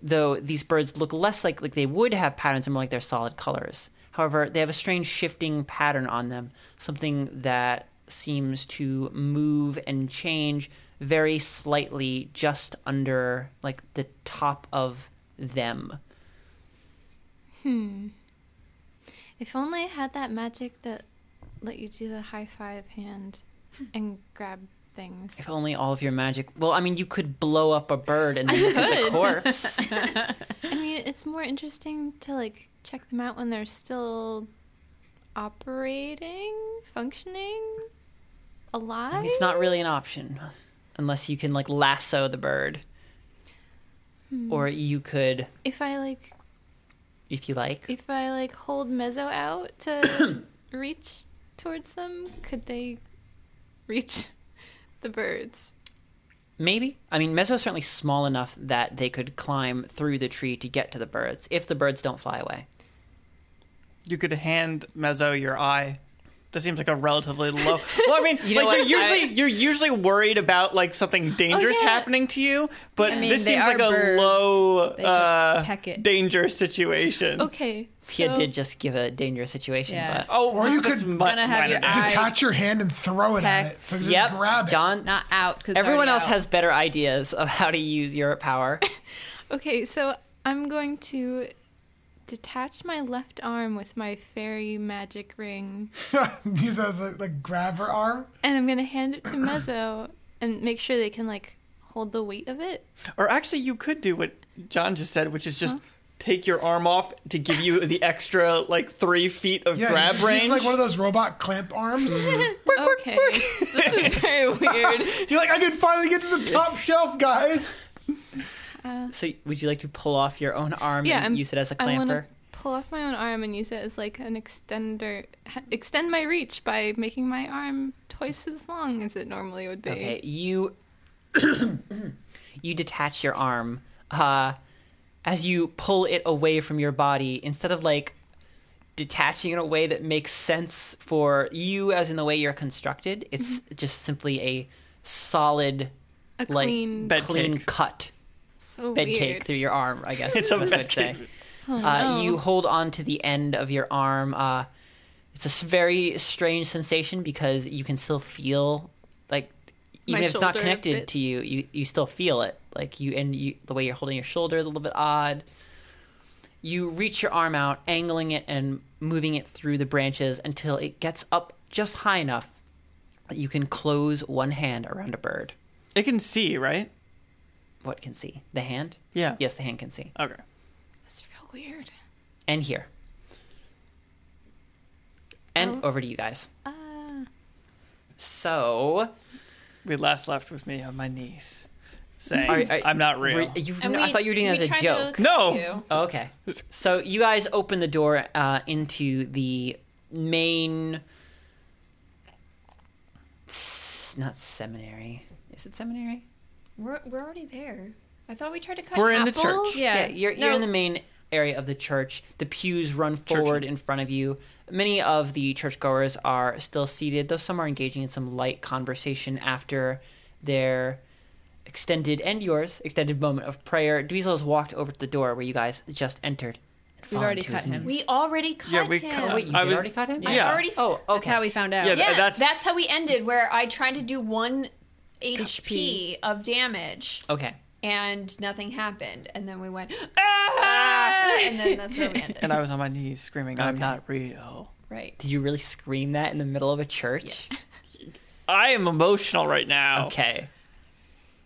Speaker 1: though these birds look less like like they would have patterns and more like they're solid colors. However, they have a strange shifting pattern on them, something that seems to move and change very slightly just under like the top of them.
Speaker 5: If only I had that magic that let you do the high five hand and grab things.
Speaker 1: If only all of your magic. Well, I mean, you could blow up a bird and then look at the corpse.
Speaker 5: I mean, it's more interesting to like check them out when they're still operating, functioning, alive.
Speaker 1: it's not really an option unless you can like lasso the bird,
Speaker 6: Hmm.
Speaker 1: or you could,
Speaker 5: If I like,
Speaker 1: if you like.
Speaker 5: if I like hold Mezzo out to reach towards them, could they reach the birds?
Speaker 1: Maybe. I mean, Mezzo is certainly small enough that they could climb through the tree to get to the birds if the birds don't fly away.
Speaker 3: You could hand Mezzo your eye. That seems like a relatively low. Well, I mean,
Speaker 1: You know
Speaker 3: like
Speaker 1: what?
Speaker 3: you're usually you're usually worried about like something dangerous
Speaker 5: yeah.
Speaker 3: happening to you, but
Speaker 6: Oh, I mean,
Speaker 3: this
Speaker 6: they
Speaker 3: seems
Speaker 6: are
Speaker 3: like a
Speaker 6: birds.
Speaker 3: low
Speaker 6: They could
Speaker 3: uh,
Speaker 6: peck it.
Speaker 3: danger situation.
Speaker 5: Okay,
Speaker 1: Pia
Speaker 5: so
Speaker 1: did just give a dangerous situation,
Speaker 6: Yeah.
Speaker 1: but.
Speaker 3: Oh,
Speaker 4: Or you
Speaker 3: that's
Speaker 4: could-
Speaker 3: mi-
Speaker 6: Gonna have your
Speaker 3: minor
Speaker 6: eye-
Speaker 4: Detach your hand and throw it at it.
Speaker 6: Pecs.
Speaker 4: So just
Speaker 1: Yep,
Speaker 4: grab it.
Speaker 1: John.
Speaker 6: Not out. 'cause it's
Speaker 1: everyone
Speaker 6: already
Speaker 1: else
Speaker 6: out.
Speaker 1: has better ideas of how to use your power.
Speaker 5: Okay, so I'm going to detach my left arm with my fairy magic ring,
Speaker 4: Use it as a like grab her arm.
Speaker 5: and I'm gonna hand it to Mezzo and make sure they can like hold the weight of it.
Speaker 3: Or actually, you could do what John just said, which is just take your arm off to give you the extra like three feet of
Speaker 4: Yeah, you
Speaker 3: grab
Speaker 4: just use,
Speaker 3: range.
Speaker 4: like one of those robot clamp arms.
Speaker 5: Okay. this is very weird.
Speaker 4: You're like, I can finally get to the top shelf, guys.
Speaker 1: So would you like to pull off your own arm
Speaker 5: Yeah,
Speaker 1: and
Speaker 5: I'm-
Speaker 1: use it as a
Speaker 5: I want
Speaker 1: clamper?
Speaker 5: to pull off my own arm and use it as like an extender, h- extend my reach by making my arm twice as long as it normally would be.
Speaker 1: Okay, you you detach your arm. Uh, as you pull it away from your body, instead of like detaching in a way that makes sense for you, as in the way you're constructed, it's just simply a solid,
Speaker 5: Mm-hmm. A
Speaker 1: like
Speaker 5: clean,
Speaker 3: Bed
Speaker 1: clean
Speaker 3: cake.
Speaker 1: cut
Speaker 5: so
Speaker 1: bed
Speaker 5: weird.
Speaker 1: cake through your arm. I guess
Speaker 3: It's
Speaker 1: is
Speaker 3: a
Speaker 1: the best
Speaker 3: bed
Speaker 1: way to say.
Speaker 3: cake.
Speaker 1: Uh,
Speaker 5: no.
Speaker 1: You hold on to the end of your arm. Uh, it's a s- very strange sensation because you can still feel like even
Speaker 5: My
Speaker 1: if it's not
Speaker 5: shoulder a
Speaker 1: connected
Speaker 5: bit.
Speaker 1: to you, you you still feel it. Like you and you, the way you're holding your shoulder is a little bit odd. You reach your arm out, angling it and moving it through the branches until it gets up just high enough that you can close one hand around a bird.
Speaker 3: It can see, right?
Speaker 1: What can see? The hand?
Speaker 3: Yeah.
Speaker 1: Yes, the hand can see.
Speaker 3: Okay.
Speaker 5: That's real weird.
Speaker 1: and here. And
Speaker 5: Oh.
Speaker 1: over to you guys.
Speaker 5: Ah.
Speaker 1: So,
Speaker 3: We last left with me on my knees, saying,
Speaker 1: Are- are-
Speaker 3: "I'm not
Speaker 1: were-
Speaker 3: real."
Speaker 1: you-
Speaker 5: And
Speaker 1: I
Speaker 5: we-
Speaker 1: thought you were doing
Speaker 5: we
Speaker 1: that as a
Speaker 5: tried to
Speaker 1: joke.
Speaker 5: look
Speaker 3: No.
Speaker 5: at you.
Speaker 1: Okay. So you guys open the door uh, into the main, s- not seminary. Is it seminary?
Speaker 6: We're, we're already there. I thought we tried to cut.
Speaker 3: We're in the
Speaker 6: chapel?
Speaker 3: church.
Speaker 6: Yeah,
Speaker 1: you're,
Speaker 6: No,
Speaker 1: you're in the main area of the church. The pews run forward in front of you. Many of the churchgoers are still seated, though some are engaging in some light conversation after their extended and yours extended moment of prayer. Dweezil has walked over to the door where you guys just entered. And
Speaker 2: We've
Speaker 1: fallen
Speaker 2: already
Speaker 1: to
Speaker 2: cut
Speaker 1: his
Speaker 2: him.
Speaker 1: knees.
Speaker 6: We already cut
Speaker 3: Yeah, we
Speaker 6: him.
Speaker 3: cut-
Speaker 1: Oh, wait, you
Speaker 3: I
Speaker 1: did
Speaker 3: was-
Speaker 1: already cut him?
Speaker 6: I
Speaker 3: Yeah.
Speaker 6: already.
Speaker 1: Oh, okay.
Speaker 2: That's how we found out.
Speaker 3: Yeah,
Speaker 6: Yeah,
Speaker 3: that's-
Speaker 6: that's how we ended. Where I tried to do one HP of damage
Speaker 1: Okay.
Speaker 6: and nothing happened, and then we went ah, and then that's where we ended.
Speaker 3: and I was on my knees screaming, "I'm
Speaker 1: Okay.
Speaker 3: not real."
Speaker 6: right.
Speaker 1: Did you really scream that in the middle of a church? Yes.
Speaker 3: I am emotional right now.
Speaker 1: Okay.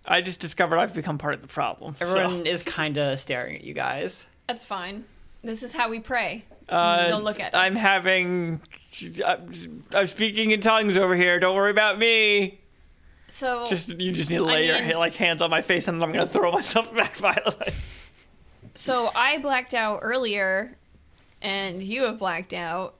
Speaker 3: I just discovered I've become part of the problem. so-
Speaker 1: Everyone is kind of staring at you guys.
Speaker 6: That's fine. This is how we pray.
Speaker 3: Uh,
Speaker 6: Don't look at us.
Speaker 3: I'm having. I'm, I'm speaking in tongues over here. Don't worry about me.
Speaker 6: So
Speaker 3: Just you just need to lay
Speaker 6: mean-
Speaker 3: your like hands on my face, and I'm gonna throw myself back violently.
Speaker 6: so I blacked out earlier, and you have blacked out.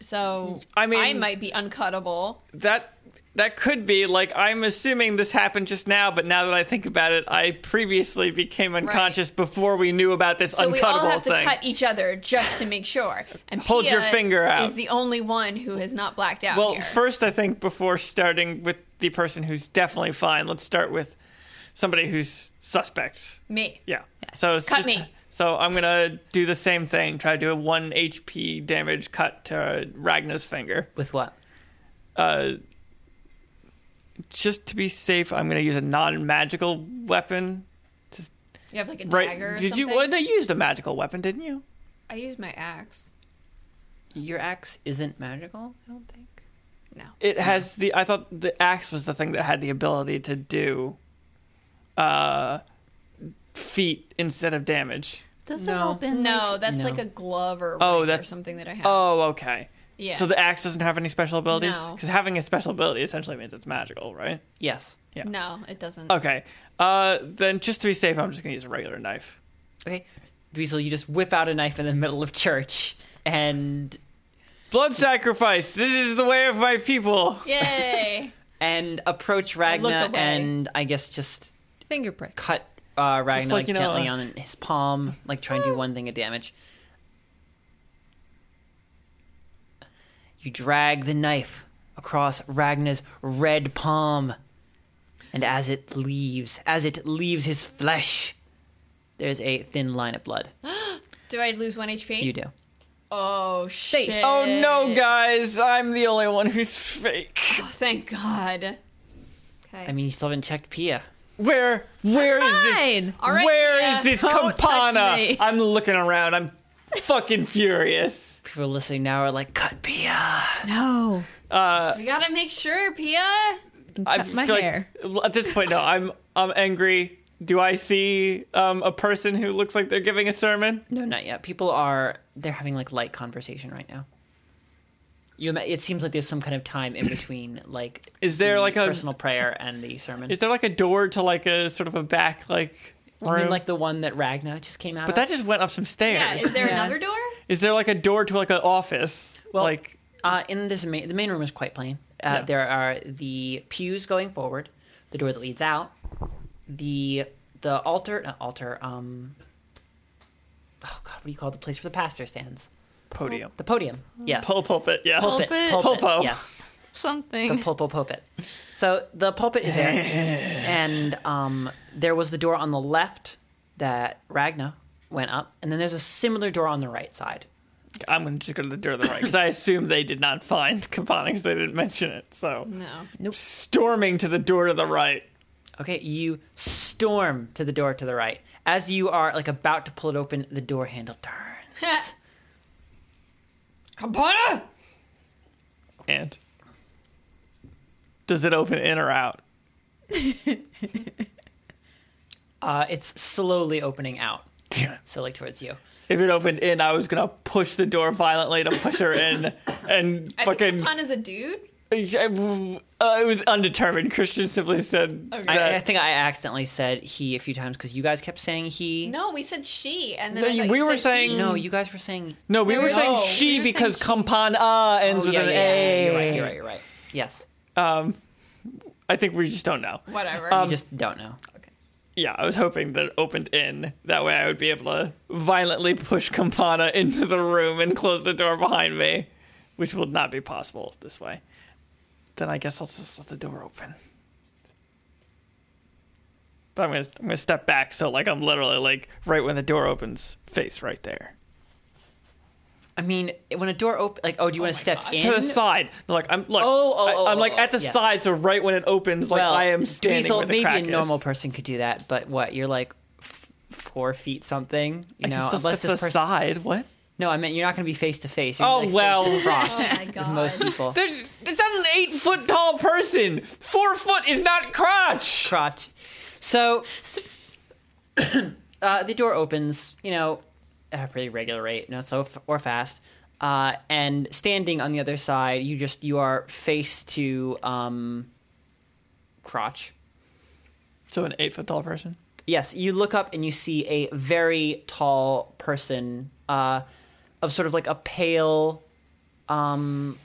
Speaker 6: So
Speaker 3: I mean-
Speaker 6: I might be uncuttable.
Speaker 3: That that could be like I'm assuming this happened just now, but now that I think about it, I previously became unconscious before we knew about this
Speaker 6: So
Speaker 3: uncuttable
Speaker 6: we all have to
Speaker 3: thing.
Speaker 6: cut each other just to make sure. And
Speaker 3: Hold
Speaker 6: Pia
Speaker 3: your finger out.
Speaker 6: Is the only one who has not blacked out.
Speaker 3: Well,
Speaker 6: here.
Speaker 3: first, I think before starting with the person who's definitely fine, let's start with somebody who's suspect.
Speaker 6: me.
Speaker 3: Yeah. So it's
Speaker 6: Cut
Speaker 3: just,
Speaker 6: me.
Speaker 3: So I'm gonna do the same thing. Try to do a one HP damage cut to Ragna's finger.
Speaker 1: With what?
Speaker 3: Uh, just to be safe, I'm gonna use a non-magical weapon.
Speaker 6: You have like a
Speaker 3: Right?
Speaker 6: dagger. Or
Speaker 3: Did you?
Speaker 6: something?
Speaker 3: Well, they used a magical weapon, didn't you?
Speaker 6: I use my axe.
Speaker 1: Your axe isn't magical, I don't think.
Speaker 3: It has the. I thought the axe was the thing that had the ability to do, uh, feet instead of damage.
Speaker 5: Doesn't
Speaker 1: No.
Speaker 5: help in
Speaker 6: No, that's
Speaker 1: No.
Speaker 6: like a glove or oh,
Speaker 3: Oh,
Speaker 6: that's or
Speaker 3: that's-
Speaker 6: something that I have.
Speaker 3: Oh, okay.
Speaker 6: yeah.
Speaker 3: So the axe doesn't have any special abilities?
Speaker 6: No.
Speaker 3: Because having a special ability essentially means it's magical, right?
Speaker 1: Yes.
Speaker 3: yeah.
Speaker 6: No, it doesn't.
Speaker 3: Okay. Uh, then just to be safe, I'm just going to use a regular knife.
Speaker 1: Okay. Dweezil, you just whip out a knife in the middle of church and
Speaker 3: Blood sacrifice! This is the way of my people!
Speaker 6: Yay!
Speaker 1: and approach Ragna
Speaker 6: away.
Speaker 1: and I guess just
Speaker 2: Finger prick.
Speaker 1: cut uh, Ragna
Speaker 3: like,
Speaker 1: like,
Speaker 3: you know,
Speaker 1: gently
Speaker 3: uh, Ah.
Speaker 1: on his palm, like try and do one thing of damage. You drag the knife across Ragna's red palm, and as it leaves, as it leaves his flesh, there's a thin line of blood.
Speaker 6: do I lose one HP?
Speaker 1: You do.
Speaker 6: Oh shit!
Speaker 3: Oh no, guys! I'm the only one who's fake.
Speaker 6: Oh, thank God. Okay.
Speaker 1: I mean, you still haven't checked Pia.
Speaker 3: Where, where is
Speaker 2: Fine.
Speaker 3: this?
Speaker 6: All right,
Speaker 3: where
Speaker 6: yeah.
Speaker 3: is this
Speaker 2: Don't touch
Speaker 3: Campana?
Speaker 2: me.
Speaker 3: I'm looking around. I'm fucking furious.
Speaker 1: People listening now are like, cut Pia.
Speaker 2: No.
Speaker 3: Uh,
Speaker 6: we gotta make sure, Pia.
Speaker 2: And
Speaker 3: I
Speaker 2: Cut my
Speaker 3: feel like-
Speaker 2: hair.
Speaker 3: at this point, no. I'm I'm angry. do I see um, a person who looks like they're giving a sermon?
Speaker 1: No, not yet. People are they're having like light conversation right now. You, ima- it seems like there's some kind of time in between, like
Speaker 3: Is there
Speaker 1: the
Speaker 3: like a
Speaker 1: personal prayer and the sermon?
Speaker 3: is there like a door to like a sort of a back like
Speaker 1: You mean
Speaker 3: room?
Speaker 1: like the one that Ragna just came out
Speaker 3: but
Speaker 1: of?
Speaker 3: that just went up some stairs.
Speaker 6: Yeah,
Speaker 3: is,
Speaker 6: is there
Speaker 2: Yeah.
Speaker 6: another door?
Speaker 3: there like a door to like an office?
Speaker 1: Well,
Speaker 3: like
Speaker 1: uh, in this main, the main room is quite plain. Uh,
Speaker 3: Yeah.
Speaker 1: There are the pews going forward, the door that leads out, the the altar, not altar. Um, oh God, what do you call the place where the pastor stands?
Speaker 3: podium,
Speaker 1: The podium. Yes.
Speaker 3: pole pulpit, yeah,
Speaker 1: pulpit.
Speaker 5: Pulpit.
Speaker 1: Pulpit.
Speaker 3: Pulpo.
Speaker 1: Yes.
Speaker 5: Something.
Speaker 1: the pulpo pulpit. So the pulpit is there, and um, there was the door on the left that Ragna went up, and then there's a similar door on the right side.
Speaker 3: I'm gonna just go to the door to the right because I assume they did not find Caponix. They didn't mention it, so
Speaker 2: No.
Speaker 3: storming to the door to the right.
Speaker 1: Okay, you storm to the door to the right. As you are like about to pull it open, the door handle turns.
Speaker 6: Campana!
Speaker 3: And does it open in or out?
Speaker 1: Uh, it's slowly opening out, silly towards you.
Speaker 3: If it opened in, I was gonna push the door violently to push her in, and
Speaker 6: I
Speaker 3: fucking.
Speaker 6: think Campana's a dude.
Speaker 3: Uh, it was undetermined. Christian simply said
Speaker 6: Okay.
Speaker 1: I, I
Speaker 3: that
Speaker 1: think I accidentally said he a few times because you guys kept saying he.
Speaker 6: No, we said she, and then
Speaker 3: No,
Speaker 6: I
Speaker 3: you-
Speaker 6: thought
Speaker 3: we
Speaker 6: you
Speaker 3: were
Speaker 6: said
Speaker 3: saying-
Speaker 6: he.
Speaker 1: No, you guys were saying.
Speaker 3: no. We
Speaker 6: No,
Speaker 3: were
Speaker 6: we-
Speaker 3: saying
Speaker 6: no, we
Speaker 3: she
Speaker 6: were saying
Speaker 3: because
Speaker 6: she.
Speaker 3: Campana ends
Speaker 1: Oh
Speaker 3: with
Speaker 1: yeah,
Speaker 3: an
Speaker 1: yeah,
Speaker 3: A.
Speaker 1: yeah, you're right, you're right, you're right. Yes,
Speaker 3: Um, I think we just don't know.
Speaker 6: Whatever.
Speaker 3: Um,
Speaker 1: you just don't know.
Speaker 3: Yeah, I was hoping that it opened in. That way, I would be able to violently push Campana into the room and close the door behind me, which will not be possible this way. Then I guess I'll just let the door open. But I'm gonna I'm gonna step back so like I'm literally like right when the door opens, face right there.
Speaker 1: I mean, when a door opens, like, oh, do you want to step in?
Speaker 3: to the side. Like I'm look.
Speaker 1: Oh, oh, oh,
Speaker 3: I, am
Speaker 1: oh,
Speaker 3: like
Speaker 1: oh,
Speaker 3: at the
Speaker 1: yes.
Speaker 3: side, so right when it opens, like
Speaker 1: well,
Speaker 3: I am standing
Speaker 1: Dweezil,
Speaker 3: where the
Speaker 1: maybe
Speaker 3: crack
Speaker 1: a
Speaker 3: is.
Speaker 1: normal person could do that, but what? You're like f- four feet something, you
Speaker 3: I can
Speaker 1: know?
Speaker 3: still
Speaker 1: Unless
Speaker 3: step to
Speaker 1: this
Speaker 3: the
Speaker 1: person.
Speaker 3: side. What?
Speaker 1: No, I meant you're not going to be face to face. You're
Speaker 3: Oh,
Speaker 1: gonna be, like,
Speaker 3: well.
Speaker 1: Face to the rock
Speaker 6: Oh, my
Speaker 1: with most
Speaker 6: God.
Speaker 1: people.
Speaker 3: There's, it's not an eight foot tall person. Four foot is not crotch.
Speaker 1: Crotch. So uh, the door opens, you know, at a pretty regular rate, not so f- or fast. Uh, and standing on the other side, you just you are face to um, crotch.
Speaker 3: So an eight foot tall person.
Speaker 1: Yes, you look up and you see a very tall person uh, of sort of like a pale, um,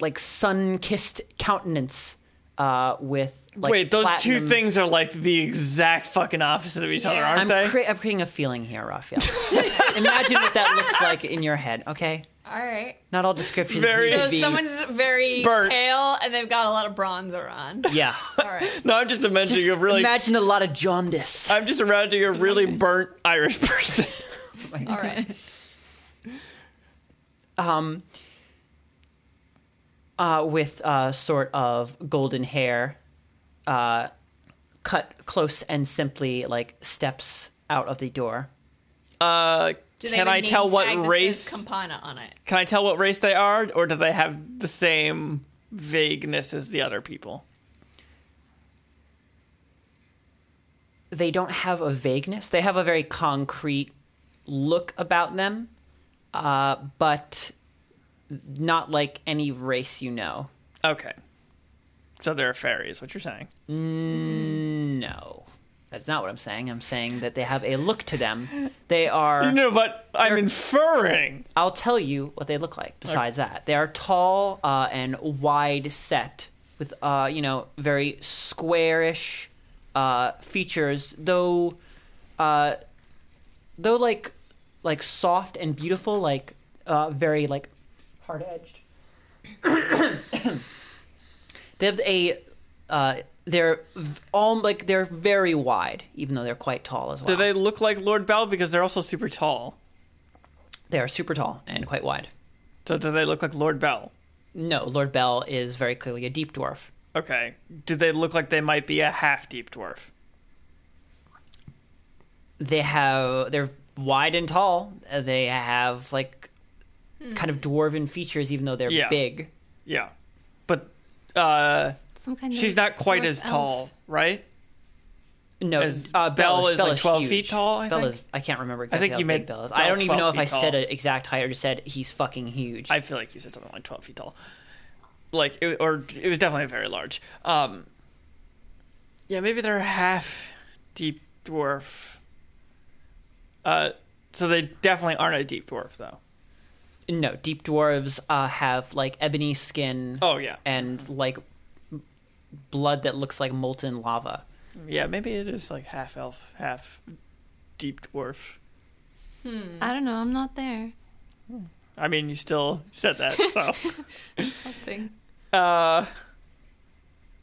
Speaker 1: like sun kissed countenance uh, with like.
Speaker 3: Wait, those two
Speaker 1: platinum-
Speaker 3: things are like the exact fucking opposite of each other,
Speaker 6: Yeah.
Speaker 3: aren't
Speaker 1: I'm,
Speaker 3: they?
Speaker 1: cre- I'm creating a feeling here, Raphael. Imagine what that looks like in your head, okay?
Speaker 6: all right.
Speaker 1: Not all descriptions.
Speaker 3: Very-
Speaker 1: need to
Speaker 6: So
Speaker 1: be-
Speaker 6: someone's very
Speaker 3: burnt.
Speaker 6: pale, and they've got a lot of bronzer on.
Speaker 1: Yeah.
Speaker 6: All right.
Speaker 3: no, I'm just imagining a really.
Speaker 1: Imagine a lot of jaundice.
Speaker 3: I'm just imagining a really burnt Irish person.
Speaker 6: All right.
Speaker 1: um, uh, with uh, sort of golden hair, uh, cut close and simply like steps out of the door.
Speaker 3: Uh,
Speaker 6: Do they
Speaker 3: can
Speaker 6: have a
Speaker 3: I
Speaker 6: name
Speaker 3: tell
Speaker 6: tag that
Speaker 3: what
Speaker 6: says
Speaker 3: race?
Speaker 6: Campana on it?
Speaker 3: Can I tell what race they are, or do they have the same vagueness as the other people?
Speaker 1: They don't have a vagueness. They have a very concrete look about them, uh, but not like any race you know.
Speaker 3: Okay, so they're fairies. What you're saying?
Speaker 1: No, that's not what I'm saying. I'm saying that they have a look to them. They are.
Speaker 3: You know, but I'm
Speaker 1: They're-
Speaker 3: inferring.
Speaker 1: I'll tell you what they look like. Besides that, they are tall uh, and wide set, with uh, you know very squarish uh, features, though, uh, though like like soft and beautiful, like uh, very like hard edged. they have a uh, they're v- all like they're very wide, even though they're quite tall as well.
Speaker 3: Do they look like Lord Bell because they're also super tall?
Speaker 1: They are super tall and quite wide.
Speaker 3: So do they look like Lord Bell?
Speaker 1: No, Lord Bell is very clearly a deep dwarf.
Speaker 3: Okay. Do they look like they might be a half deep dwarf?
Speaker 1: They have they're wide and tall. Uh, They have like kind of dwarven features, even though they're
Speaker 3: Yeah.
Speaker 1: big.
Speaker 3: Yeah. But uh
Speaker 5: Some kind
Speaker 3: she's
Speaker 5: of
Speaker 3: not quite
Speaker 5: dwarf
Speaker 3: as
Speaker 5: elf.
Speaker 3: tall, right?
Speaker 1: No,
Speaker 3: As
Speaker 1: uh, Belle
Speaker 3: Belle
Speaker 1: is,
Speaker 3: is,
Speaker 1: Belle
Speaker 3: like,
Speaker 1: is
Speaker 3: 12
Speaker 1: huge.
Speaker 3: feet tall, I
Speaker 1: Belle
Speaker 3: think.
Speaker 1: is. I can't remember exactly
Speaker 3: think
Speaker 1: how
Speaker 3: you
Speaker 1: big
Speaker 3: made
Speaker 1: Belle is.
Speaker 3: Belle
Speaker 1: I don't even
Speaker 3: 12
Speaker 1: know if
Speaker 3: feet
Speaker 1: I said
Speaker 3: tall.
Speaker 1: an exact height or just said he's fucking huge.
Speaker 3: I feel like you said something like 12 feet tall. Like, it, or it was definitely very large. Um, yeah, maybe they're half deep dwarf. Uh, so they definitely aren't a deep dwarf, though.
Speaker 1: no, deep dwarves uh, have like ebony skin
Speaker 3: Oh, yeah.
Speaker 1: and like m- blood that looks like molten lava.
Speaker 3: Yeah, maybe it is like half elf, half deep dwarf.
Speaker 5: I don't know. I'm not there.
Speaker 3: I mean, you still said that, so.
Speaker 5: Nothing.
Speaker 3: uh,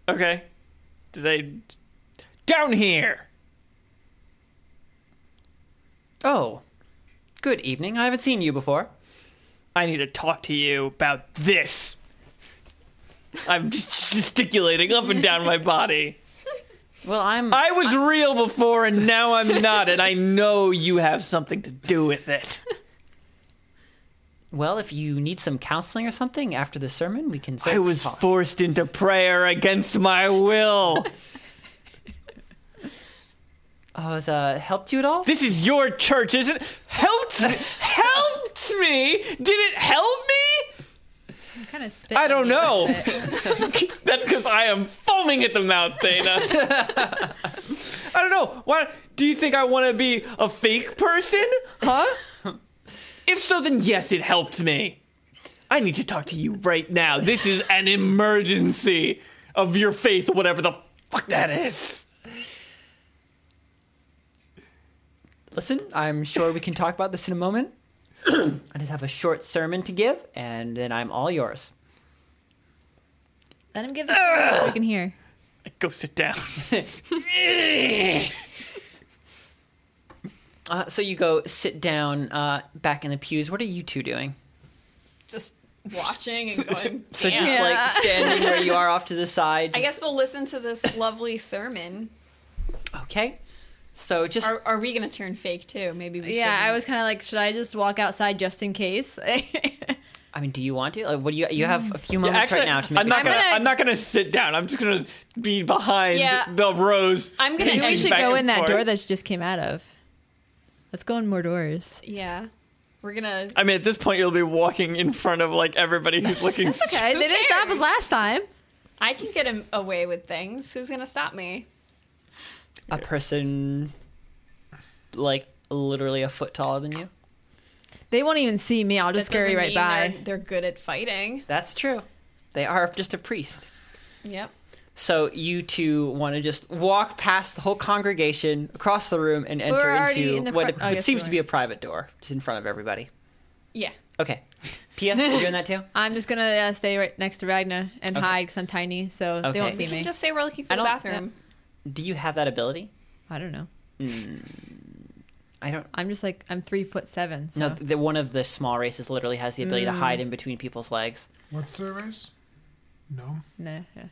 Speaker 3: okay. Do they. Down here!
Speaker 1: Oh, good evening. I haven't seen you before.
Speaker 3: I need to talk to you about this. I'm just gesticulating up and down my body.
Speaker 1: Well, I'm.
Speaker 3: I was real before and now I'm not, and I know you have something to do with it.
Speaker 1: well, if you need some counseling or something after the sermon, we can.
Speaker 3: I
Speaker 1: certainly
Speaker 3: was
Speaker 1: talk.
Speaker 3: forced into prayer against my will.
Speaker 1: Oh, has uh, helped you at all?
Speaker 3: This is your church, isn't it? Helped me. Helped me? Did it help me?
Speaker 7: kind of spit.
Speaker 3: I
Speaker 7: on
Speaker 3: don't
Speaker 7: you a
Speaker 3: know.
Speaker 7: little bit.
Speaker 3: That's because I am foaming at the mouth, Dana. I don't know. Why do you think I want to be a fake person? Huh? If so, then yes, it helped me. I need to talk to you right now. This is an emergency of your faith, whatever the fuck that is.
Speaker 1: Listen, I'm sure we can talk about this in a moment. I just have a short sermon to give, and then I'm all yours.
Speaker 7: Let him give the so we can hear.
Speaker 3: Go sit down.
Speaker 1: Uh, so you go sit down uh, back in the pews. What are you two doing?
Speaker 6: Just watching and going.
Speaker 1: So
Speaker 6: Damn.
Speaker 1: just like standing where you are off to the side.
Speaker 6: I guess
Speaker 1: just-
Speaker 6: we'll listen to this lovely sermon.
Speaker 1: Okay. So just
Speaker 6: Are, are we gonna turn fake too? Maybe we.
Speaker 7: Yeah,
Speaker 6: shouldn't.
Speaker 7: I was kind of like, should I just walk outside just in case?
Speaker 1: I mean, do you want to? Like, what do you? You have a few moments
Speaker 3: Mm. Actually,
Speaker 1: right now to make.
Speaker 3: I'm
Speaker 1: a-
Speaker 3: not
Speaker 6: I'm
Speaker 3: gonna,
Speaker 6: gonna-
Speaker 3: I'm not gonna sit down. I'm just gonna be behind
Speaker 6: Yeah.
Speaker 3: the rows.
Speaker 6: I'm gonna-
Speaker 7: Maybe
Speaker 3: pacing
Speaker 7: we should
Speaker 3: back
Speaker 7: go
Speaker 3: and
Speaker 7: in that
Speaker 3: forth.
Speaker 7: door that she just came out of. Let's go in more doors.
Speaker 6: Yeah, we're gonna.
Speaker 3: I mean, at this point, you'll be walking in front of like everybody who's looking.
Speaker 7: Okay, they didn't stop us
Speaker 6: cares?
Speaker 7: last time.
Speaker 6: I can get him away with things. Who's gonna stop me?
Speaker 1: a person like literally a foot taller than you.
Speaker 7: They won't even see me. I'll just
Speaker 6: That doesn't
Speaker 7: scurry right
Speaker 6: mean
Speaker 7: by.
Speaker 6: They're, they're good at fighting.
Speaker 1: That's true. They are just a priest.
Speaker 6: Yep.
Speaker 1: So you two want to just walk past the whole congregation across the room and enter
Speaker 7: We're already
Speaker 1: into
Speaker 7: in the
Speaker 1: what,
Speaker 7: front- oh,
Speaker 1: what
Speaker 7: yes,
Speaker 1: seems
Speaker 7: we
Speaker 1: to
Speaker 7: were.
Speaker 1: be a private door, just in front of everybody.
Speaker 6: Yeah.
Speaker 1: Okay, Pia, you doing that too?
Speaker 7: I'm just gonna uh, stay right next to Ragna and hide
Speaker 1: Okay.
Speaker 7: hide because I'm tiny, so
Speaker 1: Okay.
Speaker 7: they won't
Speaker 6: We
Speaker 7: see
Speaker 6: should
Speaker 7: me.
Speaker 6: just say we're looking for
Speaker 1: I
Speaker 6: the
Speaker 1: don't-
Speaker 6: bathroom.
Speaker 1: Do you have that ability?
Speaker 7: I don't know.
Speaker 1: I don't.
Speaker 7: I'm just like I'm three foot seven. So.
Speaker 1: No, the, one of the small races literally has the ability to hide in between people's legs.
Speaker 4: What's the race? Gnome.
Speaker 7: Nah, yeah.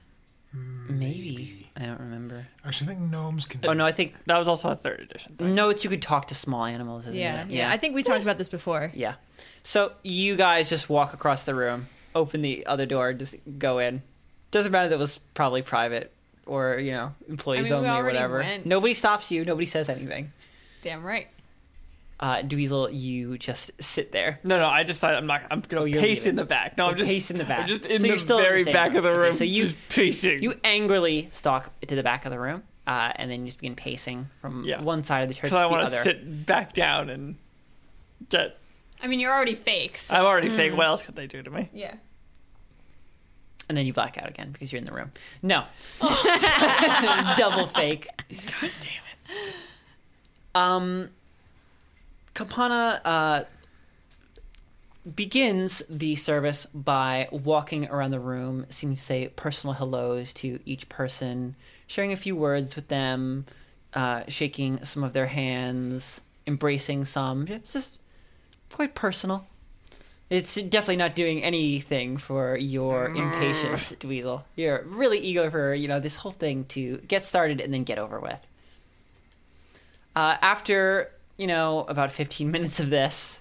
Speaker 1: Maybe I don't remember.
Speaker 4: Actually, I think gnomes can.
Speaker 1: Oh no, I think
Speaker 3: That was also a third edition. Thing.
Speaker 1: notes you could talk to small animals. Isn't
Speaker 7: Yeah,
Speaker 1: it?
Speaker 7: yeah, I think we talked about this before.
Speaker 1: Yeah. So you guys just walk across the room, open the other door, just go in. Doesn't matter that it was probably private or, you know, employees
Speaker 6: I mean,
Speaker 1: only
Speaker 6: we
Speaker 1: or
Speaker 6: already
Speaker 1: whatever.
Speaker 6: went.
Speaker 1: Nobody stops you, nobody says anything.
Speaker 6: Damn right.
Speaker 1: Uh Dweezil, you just sit there.
Speaker 3: No, no. I just thought I'm not. I'm gonna
Speaker 1: Oh, you're
Speaker 3: pace
Speaker 1: leaving.
Speaker 3: in the back. No,
Speaker 1: Oh,
Speaker 3: I'm just
Speaker 1: pace in the
Speaker 3: I'm
Speaker 1: back.
Speaker 3: just in
Speaker 1: So
Speaker 3: the
Speaker 1: you're still in the
Speaker 3: very
Speaker 1: same
Speaker 3: back of the
Speaker 1: room. Okay,
Speaker 3: room.
Speaker 1: so you-
Speaker 3: just pacing.
Speaker 1: You angrily stalk to the back of the room, uh, and then you just begin pacing from
Speaker 3: Yeah.
Speaker 1: one side of the church
Speaker 3: so
Speaker 1: to
Speaker 3: I
Speaker 1: the
Speaker 3: want
Speaker 1: other.
Speaker 3: to sit back down and get.
Speaker 6: I mean, you're already fake. So.
Speaker 1: Uh,
Speaker 3: I'm already fake.
Speaker 7: Mm.
Speaker 3: What else could they do to me?
Speaker 6: yeah.
Speaker 1: And then you black out again because you're in the room. No. Double fake. Oh. God damn it. Um, Kapana uh, begins the service by walking around the room, seeming to say personal hellos to each person, sharing a few words with them, uh, shaking some of their hands, embracing some. It's just quite personal. It's definitely not doing anything for your
Speaker 3: Mm.
Speaker 1: impatience, Dweezil. You're really eager for you know this whole thing to get started and then get over with. Uh, after you know about 15 minutes of this,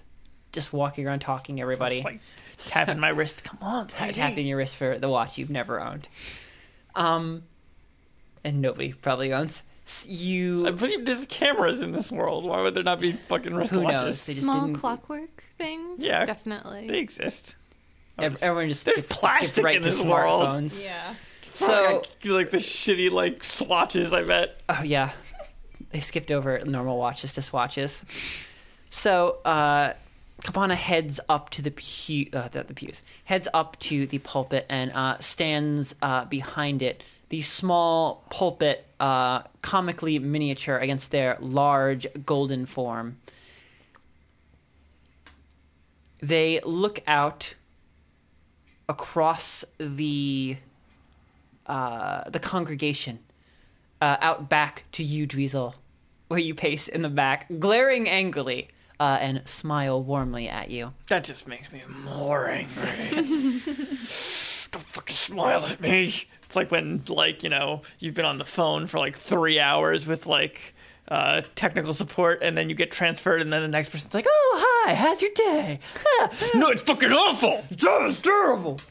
Speaker 1: just walking around talking to everybody,
Speaker 3: Just like tapping my wrist. Come on,
Speaker 1: ta-
Speaker 3: lady.
Speaker 1: tapping your wrist for the watch you've never owned, um, and nobody probably owns. S- You
Speaker 3: I believe there's cameras in this world. Why would there not be fucking wristwatches?
Speaker 1: Who knows? They just
Speaker 5: Small
Speaker 1: didn't-
Speaker 5: clockwork things?
Speaker 3: Yeah.
Speaker 5: Definitely.
Speaker 3: They exist.
Speaker 1: ev- everyone just
Speaker 3: There's
Speaker 1: skipped, skipped
Speaker 3: plastic
Speaker 1: right
Speaker 3: in
Speaker 1: to
Speaker 3: this world.
Speaker 1: smartphones.
Speaker 6: Yeah.
Speaker 1: So
Speaker 3: Like, I- like the shitty like swatches. I bet.
Speaker 1: Oh yeah, they skipped over normal watches to swatches. So uh, Kapana heads up to the pew, uh, the, the pews, heads up to the pulpit and uh, stands uh, behind it. The small pulpit, uh, comically miniature against their large golden form. They look out across the uh, the congregation uh, out back to you, Dweezil, where you pace in the back, glaring angrily uh, and smile warmly at you.
Speaker 3: That just makes me more angry. Don't fucking smile at me. It's like when, like, you know, you've been on the phone for like three hours with like uh, technical support, and then you get transferred, and then the next person's like, "Oh, hi, how's your day?" Ah, no, it's fucking awful. It's ter- it's terrible.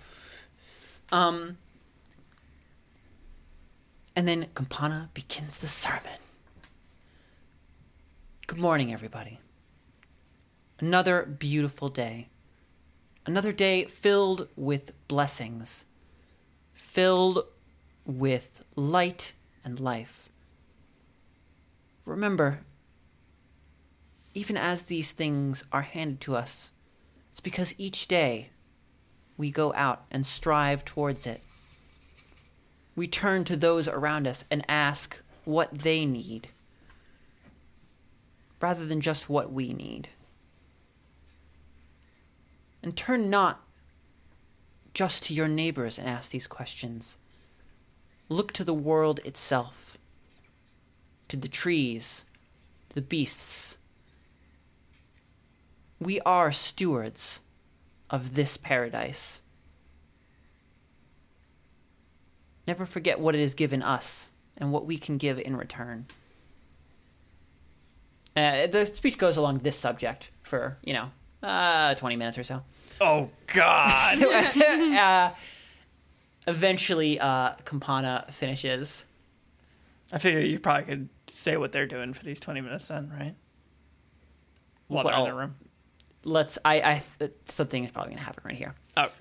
Speaker 1: Um, and then Campana begins the sermon. Good morning, everybody. Another beautiful day. Another day filled with blessings, filled with light and life. Remember, even as these things are handed to us, it's because each day we go out and strive towards it. We turn to those around us and ask what they need rather than just what we need. And turn not just to your neighbors and ask these questions. Look to the world itself, to the trees, the beasts. We are stewards of this paradise. Never forget what it has given us and what we can give in return. Uh, the speech goes along this subject for, you know, uh, 20 minutes or so.
Speaker 3: Oh God.
Speaker 1: uh, eventually, uh, Campana finishes.
Speaker 3: I figure you probably could say what they're doing for these twenty minutes, then, right? While they're in the
Speaker 1: Well-
Speaker 3: room.
Speaker 1: Let's, I, I, th- something is probably going to happen right here.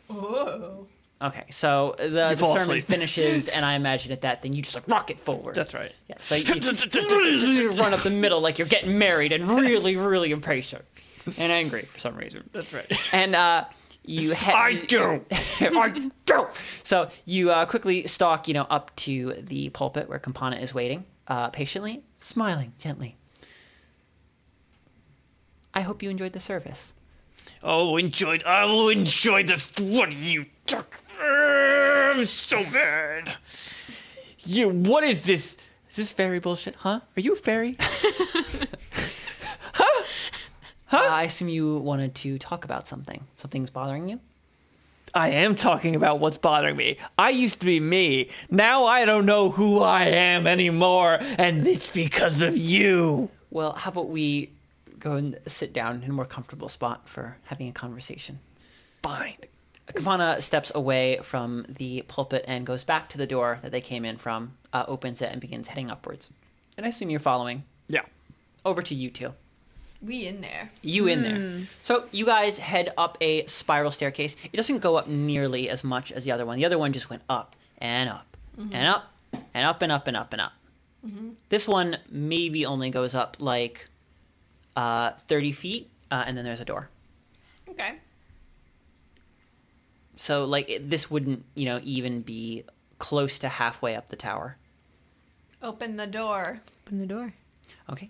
Speaker 3: Oh,
Speaker 1: Okay, so the, the
Speaker 3: fall
Speaker 1: sermon
Speaker 3: asleep.
Speaker 1: finishes, and I imagine at that, then you just like rocket forward.
Speaker 3: that's right.
Speaker 1: Yeah, so you, you run up the middle like you're getting married and really, really impatient and angry for some reason.
Speaker 3: That's right.
Speaker 1: And uh, you head.
Speaker 3: I do.
Speaker 1: I do. So you uh, quickly stalk, you know, up to the pulpit where Campana is waiting, uh, patiently, smiling gently. I hope you enjoyed the service.
Speaker 3: Oh, enjoyed. I will enjoy this. What do you took? I'm so mad. You. What is this? Is this fairy bullshit? Huh? Are you a fairy?
Speaker 1: Uh, I assume you wanted to talk about something. Something's bothering you.
Speaker 3: I am talking about what's bothering me. I used to be me. Now I don't know who I am anymore, and it's because of you.
Speaker 1: Well, how about we go and sit down in a more comfortable spot for having a conversation?
Speaker 3: Fine.
Speaker 1: Kavana steps away from the pulpit and goes back to the door that they came in from, uh, opens it, and begins heading upwards. And I assume you're following.
Speaker 3: Yeah.
Speaker 1: Over to you two.
Speaker 6: We in there.
Speaker 1: You in there. So you guys head up a spiral staircase. It doesn't go up nearly as much as the other one. The other one just went up and up and up and up and up and up and up. This one maybe only goes up like uh, 30 feet, uh, and then there's a door.
Speaker 6: Okay.
Speaker 1: So like it, this wouldn't, you know, even be close to halfway up the tower.
Speaker 6: Open the door.
Speaker 7: Open the door.
Speaker 1: Okay.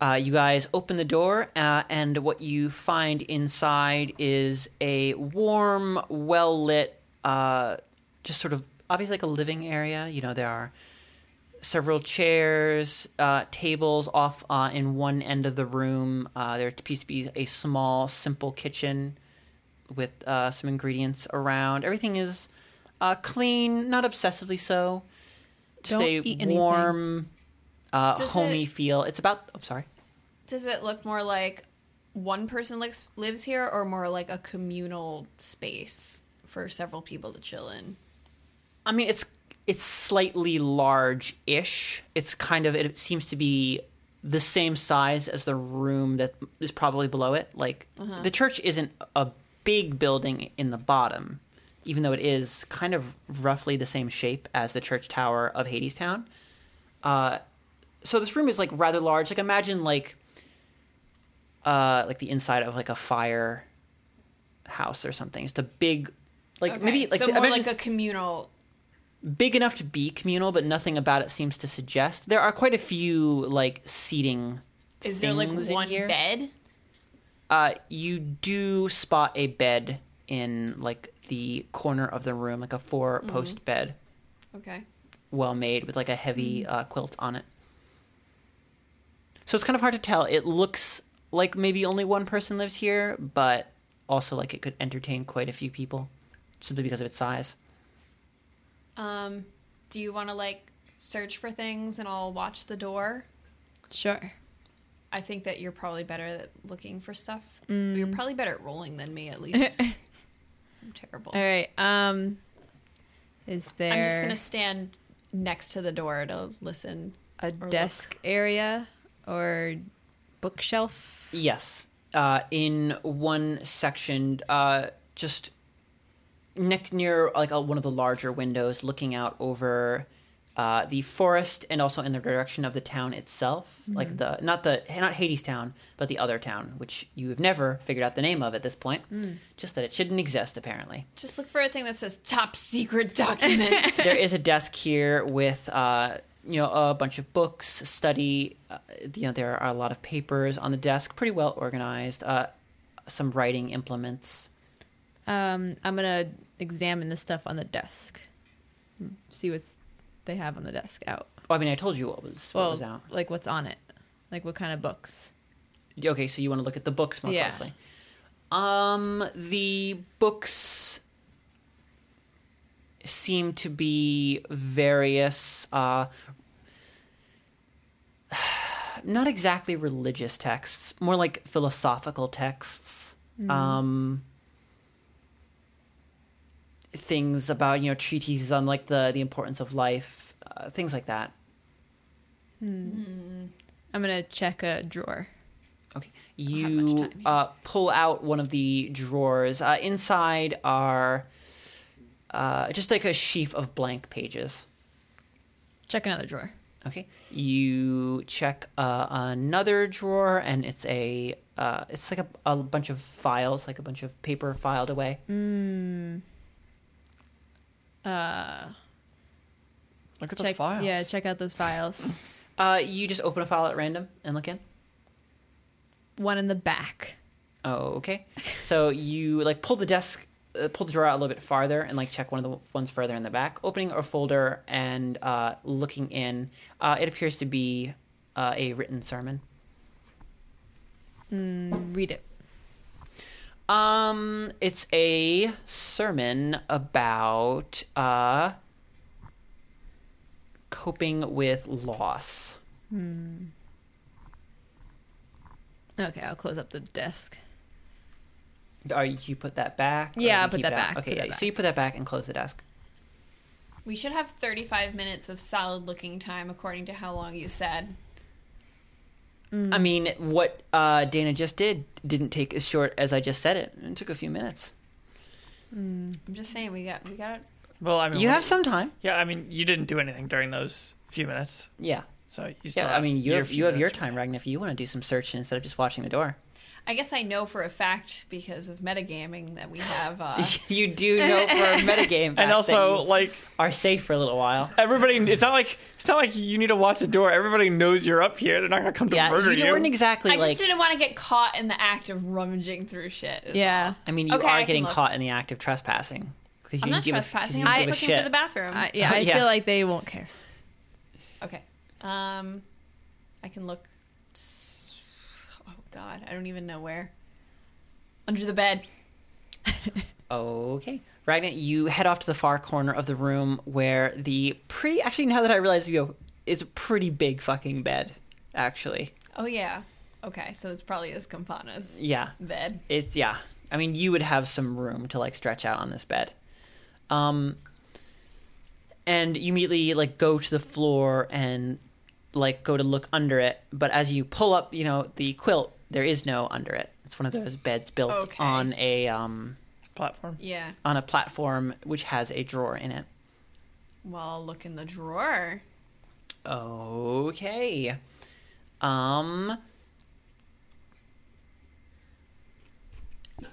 Speaker 1: Uh, you guys open the door, uh, and what you find inside is a warm, well lit, uh, just sort of obviously like a living area. You know, there are several chairs, uh, tables off uh, in one end of the room. Uh, there appears to be a small, simple kitchen with uh, some ingredients around. Everything is uh, clean, not obsessively so. Just
Speaker 7: Don't
Speaker 1: a
Speaker 7: eat anything.
Speaker 1: warm, uh,
Speaker 6: Does
Speaker 1: homey
Speaker 6: it-
Speaker 1: feel. It's about. I'm sorry.
Speaker 6: Does it look more like one person lives lives here, or more like a communal space for several people to chill in?
Speaker 1: I mean, it's it's slightly large-ish. It's kind of it seems to be the same size as the room that is probably below it. Like
Speaker 6: Uh-huh.
Speaker 1: the church isn't a big building in the bottom, even though it is kind of roughly the same shape as the church tower of Hadestown. Uh, so this room is like rather large. Like imagine like uh like the inside of like a fire house or something. Just a big like
Speaker 6: Okay,
Speaker 1: maybe like
Speaker 6: so
Speaker 1: the-
Speaker 6: more
Speaker 1: imagine-
Speaker 6: like a communal.
Speaker 1: big enough to be communal, but nothing about it seems to suggest. There are quite a few like seating.
Speaker 6: Is there like
Speaker 1: things in
Speaker 6: one
Speaker 1: here.
Speaker 6: bed?
Speaker 1: Uh, you do spot a bed in like the corner of the room, like a four-post bed,
Speaker 6: Okay.
Speaker 1: well made with like a heavy uh, quilt on it. So it's kind of hard to tell. It looks like maybe only one person lives here, but also like it could entertain quite a few people, simply because of its size.
Speaker 6: Um, do you want to like search for things and I'll watch the door?
Speaker 7: Sure.
Speaker 6: I think that you're probably better at looking for stuff. You're
Speaker 7: Mm.
Speaker 6: probably better at rolling than me, at least. I'm terrible.
Speaker 1: Oh.
Speaker 7: All right. Um, is there
Speaker 6: I'm just gonna stand next to the door to listen.
Speaker 7: a
Speaker 6: look.
Speaker 7: desk area or bookshelf?
Speaker 1: Yes. Uh, in one section, uh, just neck near like a, one of the larger windows, looking out over uh, the forest and also in the direction of the town itself. Like the not the not Hades town, but the other town, which you have never figured out the name of at this point. Just that it shouldn't exist apparently.
Speaker 6: Just look for a thing that says "top secret documents."
Speaker 1: there is a desk here with uh, you know a bunch of books, study. Uh, you know there are a lot of papers on the desk, pretty well organized. Uh, some writing implements.
Speaker 7: Um, I'm gonna examine the stuff on the desk. See what's they have on the desk out.
Speaker 1: Oh, I mean, I told you what was what
Speaker 7: Well,
Speaker 1: was out.
Speaker 7: like what's on it, like what kind of books.
Speaker 1: Okay, so you want to look at the books more
Speaker 7: Yeah.
Speaker 1: closely. Um, the books seem to be various, uh, not exactly religious texts, more like philosophical texts. Um, things about you know treatises on like the the importance of life, uh, things like that.
Speaker 7: I'm gonna check a drawer.
Speaker 1: Okay.
Speaker 7: have much time
Speaker 1: You
Speaker 7: here.
Speaker 1: uh, pull out one of the drawers. Uh, inside are uh, just like a sheaf of blank pages.
Speaker 7: Check another drawer.
Speaker 1: Okay. You check uh, another drawer, and it's a uh, it's like a, a bunch of files, like a bunch of paper filed away.
Speaker 7: Hmm.
Speaker 3: Look at those
Speaker 7: Uh, Check,
Speaker 3: files.
Speaker 7: Yeah, check out those files.
Speaker 1: Uh, you just open a file at random and look in.
Speaker 7: One in the back.
Speaker 1: Oh, okay. So you like pull the desk, uh, pull the drawer out a little bit farther, and like check one of the ones further in the back, opening a folder and uh, looking in. Uh, it appears to be uh, a written sermon.
Speaker 7: Read it.
Speaker 1: Um, it's a sermon about uh coping with loss.
Speaker 7: Okay, I'll close up the desk.
Speaker 1: Are you put that back? or
Speaker 7: Yeah,
Speaker 1: you
Speaker 7: I'll put
Speaker 1: keep
Speaker 7: that
Speaker 1: it out?
Speaker 7: back,
Speaker 1: Okay,
Speaker 7: put that
Speaker 1: yeah,
Speaker 7: back.
Speaker 1: so you put that back and close the desk.
Speaker 6: we should have 35 minutes of solid looking time, according to how long you said.
Speaker 7: Mm.
Speaker 1: I mean, what uh, Dana just did didn't take as short as I just said it. It took a few minutes.
Speaker 6: I'm just saying we got we got
Speaker 3: Well, I mean,
Speaker 1: You
Speaker 3: what-
Speaker 1: have some time.
Speaker 3: Yeah, I mean, you didn't do anything during those few minutes,
Speaker 1: Yeah.
Speaker 3: so you still.
Speaker 1: Yeah,
Speaker 3: have
Speaker 1: I mean, you
Speaker 3: your
Speaker 1: have,
Speaker 3: few
Speaker 1: you have your
Speaker 3: minutes.
Speaker 1: time, Ragnar, if you want to do some searching instead of just watching the door.
Speaker 6: I guess I know for a fact because of metagaming that we have. Uh,
Speaker 1: you do know for a metagame.
Speaker 3: And also,
Speaker 1: like,
Speaker 3: like
Speaker 1: are safe for a little while.
Speaker 3: everybody, it's not like it's not like you need to watch the door. Everybody knows you're up here. They're not gonna come to
Speaker 1: Yeah,
Speaker 3: murder
Speaker 1: you
Speaker 3: you.
Speaker 1: weren't exactly
Speaker 6: I just
Speaker 1: like.
Speaker 6: didn't want to get caught in the act of rummaging through shit. is
Speaker 7: Yeah.
Speaker 1: I mean, you
Speaker 6: Okay, I
Speaker 1: are
Speaker 6: can
Speaker 1: getting
Speaker 6: look.
Speaker 1: caught in the act of trespassing. 'Cause you
Speaker 6: I'm
Speaker 1: didn't
Speaker 6: not
Speaker 1: give a- 'cause you
Speaker 6: trespassing.
Speaker 1: didn't
Speaker 6: I'm
Speaker 1: give a
Speaker 6: just looking
Speaker 1: shit.
Speaker 6: for the bathroom.
Speaker 7: I, yeah, I
Speaker 1: Yeah.
Speaker 7: feel like they won't care.
Speaker 6: okay. Um, I can look. s- Oh God, I don't even know where. Under the bed.
Speaker 1: Oh, Okay. Ragnar, you head off to the far corner of the room where the pretty. Actually, now that I realize you have. It's a pretty big fucking bed, actually.
Speaker 6: Oh yeah. Okay, so it's probably his campana's
Speaker 1: Yeah.
Speaker 6: bed.
Speaker 1: It's yeah. I mean, you would have some room to like stretch out on this bed. Um and you immediately like go to the floor and like go to look under it but as you pull up you know the quilt there is no under it it's one of those beds built
Speaker 6: Okay.
Speaker 1: on a um
Speaker 3: Platform.
Speaker 6: Yeah.
Speaker 1: on a platform which has a drawer in it
Speaker 6: Well, I'll look in the drawer.
Speaker 1: okay um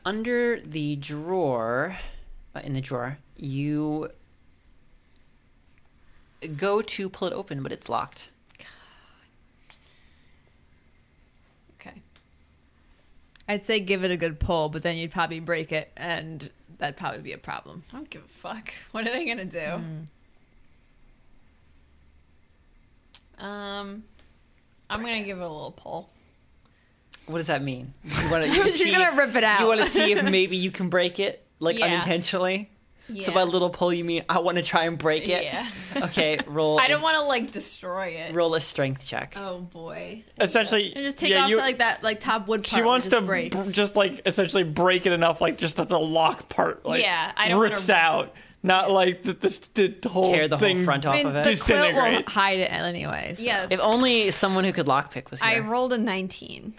Speaker 1: under the drawer uh, in the drawer you go to pull it open but it's locked
Speaker 6: Okay.
Speaker 7: I'd say give it a good pull, but then you'd probably break it, and that'd probably be a problem. Mm.
Speaker 6: I don't give a fuck. What are they gonna do? Um, I'm gonna give it a little pull.
Speaker 1: What does that mean? You wanna, you
Speaker 7: She's
Speaker 1: see
Speaker 7: gonna
Speaker 1: if-
Speaker 7: rip it out.
Speaker 1: You want to see if maybe you can break it, like
Speaker 6: Yeah.
Speaker 1: unintentionally. So
Speaker 6: Yeah.
Speaker 1: by little pull, you mean I want to try and break it.
Speaker 6: Yeah.
Speaker 1: Okay, roll.
Speaker 6: I don't want to like destroy it.
Speaker 1: roll a strength check.
Speaker 6: Oh boy.
Speaker 3: Essentially,
Speaker 7: and just take
Speaker 3: yeah,
Speaker 7: off
Speaker 3: you-
Speaker 7: like that, like top wood. Part
Speaker 3: she wants
Speaker 7: just
Speaker 3: to
Speaker 7: break.
Speaker 3: br- just like essentially break it enough, like just that the lock part like
Speaker 6: Yeah, I don't
Speaker 3: rips
Speaker 6: wanna-
Speaker 3: out, not like that this the whole
Speaker 1: Tear the
Speaker 3: thing
Speaker 1: whole front off
Speaker 7: I mean,
Speaker 1: of it.
Speaker 7: the quilt will
Speaker 3: disintegrates.
Speaker 7: hide it anyway. So.
Speaker 6: Yeah.
Speaker 1: if only someone who could lockpick was
Speaker 2: I
Speaker 1: here.
Speaker 2: rolled a 19.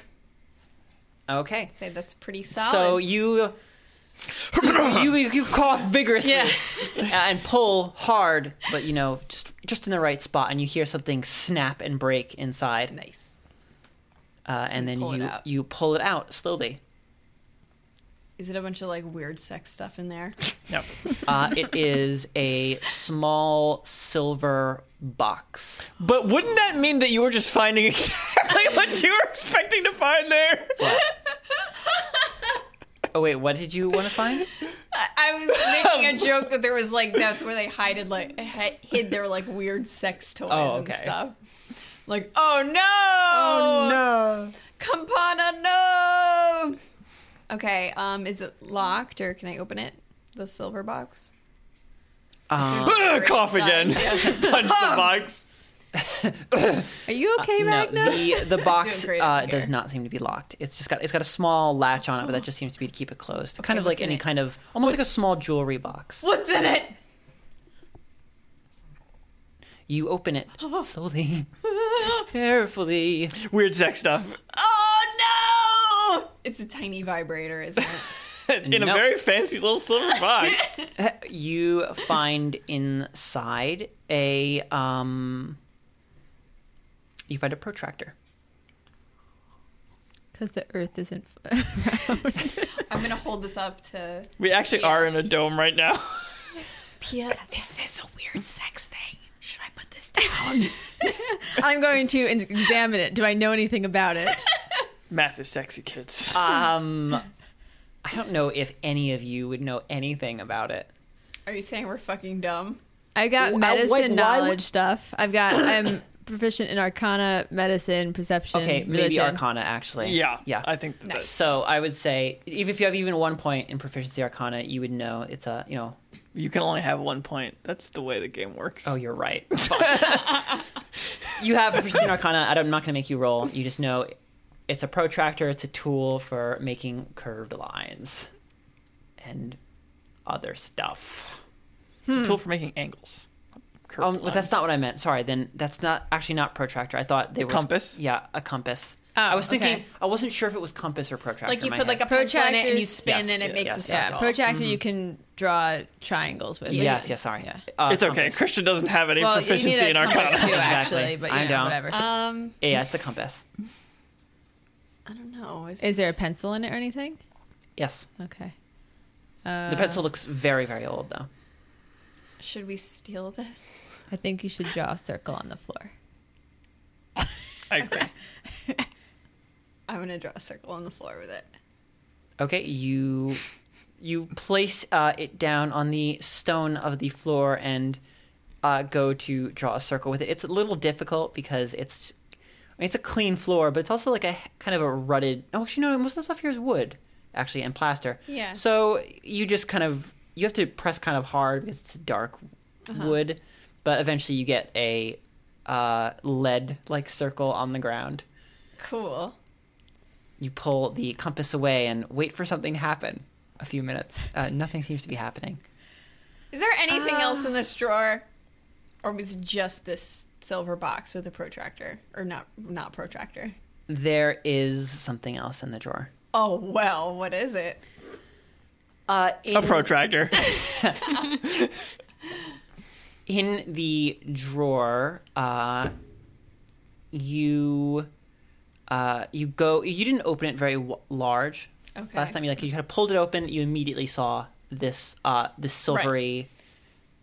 Speaker 1: okay.
Speaker 6: Say that's pretty solid.
Speaker 1: So you you you, you cough vigorously
Speaker 6: Yeah.
Speaker 1: and pull hard, but you know just just in the right spot, and you hear something snap and break inside.
Speaker 6: nice.
Speaker 1: Uh, and then
Speaker 6: Pull it
Speaker 1: you
Speaker 6: out.
Speaker 1: you pull it out slowly.
Speaker 6: Is it a bunch of like weird sex stuff in there?
Speaker 3: No.
Speaker 1: Uh, it is a small silver box.
Speaker 3: But wouldn't that mean that you were just finding exactly what you were expecting to find there?
Speaker 1: Oh wait, what did you want to find?
Speaker 6: I was making a joke that there was like that's where they hid like hi- hid their like weird sex toys
Speaker 1: Oh, okay.
Speaker 6: and stuff. Like, oh no! Oh
Speaker 3: no.
Speaker 6: Campana, no! Okay, um, is it locked or can I open it? The silver box?
Speaker 1: Um,
Speaker 3: cough again. Punch the box.
Speaker 7: Are you okay,
Speaker 1: no,
Speaker 7: Ragnar?
Speaker 1: the the box
Speaker 6: Doing great
Speaker 1: uh,
Speaker 6: over
Speaker 1: does
Speaker 6: here.
Speaker 1: not seem to be locked. It's just got it's got a small latch on it, but that just seems to be to keep it closed. kind of
Speaker 6: what's
Speaker 1: like
Speaker 6: in
Speaker 1: any
Speaker 6: it?
Speaker 1: kind of almost like a small jewelry box.
Speaker 6: What's in it?
Speaker 1: You open it slowly, carefully.
Speaker 3: Weird sex stuff.
Speaker 6: Oh no! It's a tiny vibrator, isn't it?
Speaker 3: In a
Speaker 1: Nope.
Speaker 3: very fancy little silver box.
Speaker 1: Uh, You find inside a um. You find a protractor.
Speaker 7: Because the Earth isn't round.
Speaker 6: I'm gonna hold this up to
Speaker 3: We actually are in a dome right now.
Speaker 6: Pia. Is this a weird sex thing? Should I put this down?
Speaker 7: I'm going to in- examine it. Do I know anything about it?
Speaker 3: Math is sexy, kids.
Speaker 6: Uh,
Speaker 1: Um, I don't know if any of you would know anything about it.
Speaker 6: Are you saying we're fucking dumb?
Speaker 7: I've got
Speaker 1: Wh-
Speaker 7: medicine
Speaker 1: wait, why would-
Speaker 7: knowledge stuff. I've got. I'm proficient in Arcana, medicine, perception.
Speaker 5: Mm,
Speaker 1: Okay, maybe
Speaker 7: religion.
Speaker 1: Arcana actually.
Speaker 3: yeah.
Speaker 1: yeah.
Speaker 3: I think that
Speaker 6: Nice.
Speaker 3: that's-
Speaker 1: so I would say, even if you have even one point in proficiency Arcana, you would know it's a you know.
Speaker 3: You can only have one point. That's the way the game works.
Speaker 1: Oh, you're right. you have proficiency in Arcana. I don't, I'm not going to make you roll. You just know it's a protractor. It's a tool for making curved lines and other stuff.
Speaker 3: It's a tool for making angles. Curved
Speaker 1: Hmm. Um, but that's
Speaker 3: lines.
Speaker 1: not what I meant. Sorry. Then that's not actually not protractor. I thought they were
Speaker 3: Compass?
Speaker 1: Yeah, a compass.
Speaker 7: Oh,
Speaker 1: I was thinking.
Speaker 7: okay.
Speaker 1: I wasn't sure if it was compass or protractor.
Speaker 6: Like you
Speaker 1: in my
Speaker 6: put like a
Speaker 1: head.
Speaker 6: pencil in it and you
Speaker 7: Protractors-
Speaker 6: spin
Speaker 1: Yes,
Speaker 6: and it
Speaker 1: yeah,
Speaker 6: makes
Speaker 1: yes,
Speaker 6: a
Speaker 1: yes.
Speaker 6: circle.
Speaker 7: Yeah, protractor. You can draw triangles with.
Speaker 1: yes, yes. Sorry.
Speaker 7: Yeah.
Speaker 1: Uh,
Speaker 3: It's okay.
Speaker 1: compass.
Speaker 3: Christian doesn't have any
Speaker 7: Well, you
Speaker 3: proficiency
Speaker 7: need a
Speaker 3: in
Speaker 7: compass
Speaker 3: Arcana.
Speaker 7: too,
Speaker 1: Exactly.
Speaker 7: actually, but you
Speaker 1: I
Speaker 7: know,
Speaker 1: don't.
Speaker 7: whatever.
Speaker 6: Um,
Speaker 1: Yeah, yeah, it's a compass.
Speaker 6: I don't know.
Speaker 7: Is there a
Speaker 6: this-
Speaker 7: pencil in it or anything?
Speaker 1: Yes.
Speaker 7: Okay. Uh,
Speaker 1: The pencil looks very, very old though.
Speaker 6: Should we steal this?
Speaker 7: I think you should draw a circle on the floor.
Speaker 3: I agree.
Speaker 6: I'm gonna draw a circle on the floor with it.
Speaker 1: Okay, you you place uh, it down on the stone of the floor and uh, go to draw a circle with it. It's a little difficult because it's I mean, it's a clean floor, but it's also like a h- kind of a rutted. Oh, actually, no. Most of the stuff here is wood, actually, and plaster.
Speaker 6: Yeah.
Speaker 1: So you just kind of you have to press kind of hard because it's dark wood, but eventually you get a uh, lead like circle on the ground.
Speaker 6: Cool.
Speaker 1: You pull the compass away and wait for something to happen. A few minutes. Uh, nothing seems to be happening.
Speaker 6: Uh. Is there anything else in this drawer? Or was it just this silver box with a protractor? Or not not protractor.
Speaker 1: There is something else in the drawer.
Speaker 6: Oh well, what is it?
Speaker 1: Uh, in,
Speaker 3: A protractor.
Speaker 1: in the drawer, uh, you uh, you go. You didn't open it very w- large
Speaker 6: Okay.
Speaker 1: last time. You like you kind of pulled it open. You immediately saw this uh, this silvery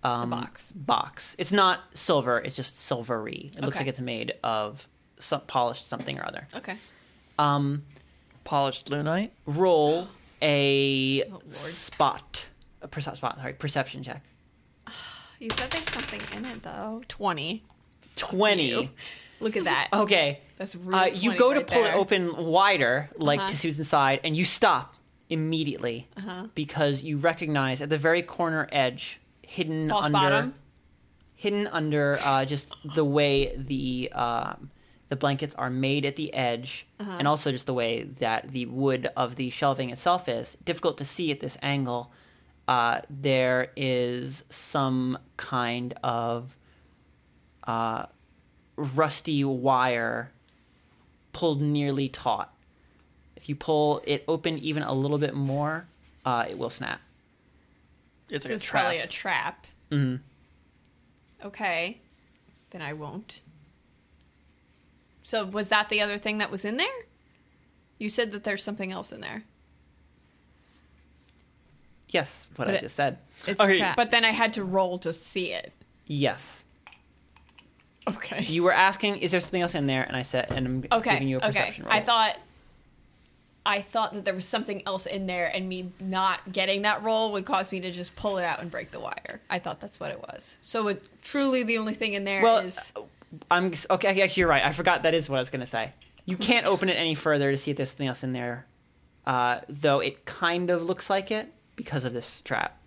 Speaker 1: um,
Speaker 6: box.
Speaker 1: Box. It's not silver. It's just silvery. It looks
Speaker 6: Okay.
Speaker 1: like it's made of some polished something or other.
Speaker 6: Okay.
Speaker 1: Um,
Speaker 3: Polished lunite.
Speaker 1: roll a
Speaker 6: Oh, Lord.
Speaker 1: spot. A perce- spot. Sorry, perception check.
Speaker 6: You said there's something in it though. Twenty.
Speaker 1: Twenty. Oh,
Speaker 6: Look at that.
Speaker 1: Okay.
Speaker 6: That's really
Speaker 1: Uh, you go to pull it
Speaker 6: open.
Speaker 1: open wider, like
Speaker 6: Uh-huh.
Speaker 1: to see what's inside, and you stop immediately because you recognize at the very corner edge, hidden
Speaker 6: False
Speaker 1: under,
Speaker 6: bottom?
Speaker 1: hidden under uh, just the way the um, the blankets are made at the edge,
Speaker 6: Uh-huh.
Speaker 1: and also just the way that the wood of the shelving itself is difficult to see at this angle. Uh, there is some kind of uh, rusty wire pulled nearly taut. If you pull it open even a little bit more, uh, it will snap.
Speaker 6: This
Speaker 3: It's like a
Speaker 6: is
Speaker 3: trap.
Speaker 6: probably a trap. Okay. Then I won't. So was that the other thing that was in there? You said that there's something else in there.
Speaker 1: Yes, what
Speaker 7: But
Speaker 1: I
Speaker 7: it-
Speaker 1: just said.
Speaker 7: It's
Speaker 3: Okay,
Speaker 7: trapped.
Speaker 6: But then I had to roll to see it.
Speaker 1: Yes.
Speaker 6: Okay.
Speaker 1: You were asking, is there something else in there? And I said, and I'm
Speaker 6: Okay.
Speaker 1: giving you a
Speaker 6: okay.
Speaker 1: perception roll.
Speaker 6: I thought I thought that there was something else in there and me not getting that roll would cause me to just pull it out and break the wire. I thought that's what it was. So it, truly the only thing in there is
Speaker 1: Well, uh, I'm okay. Actually, you're right. I forgot that is what I was going to say. You can't open it any further to see if there's something else in there, uh, though it kind of looks like it because of this trap.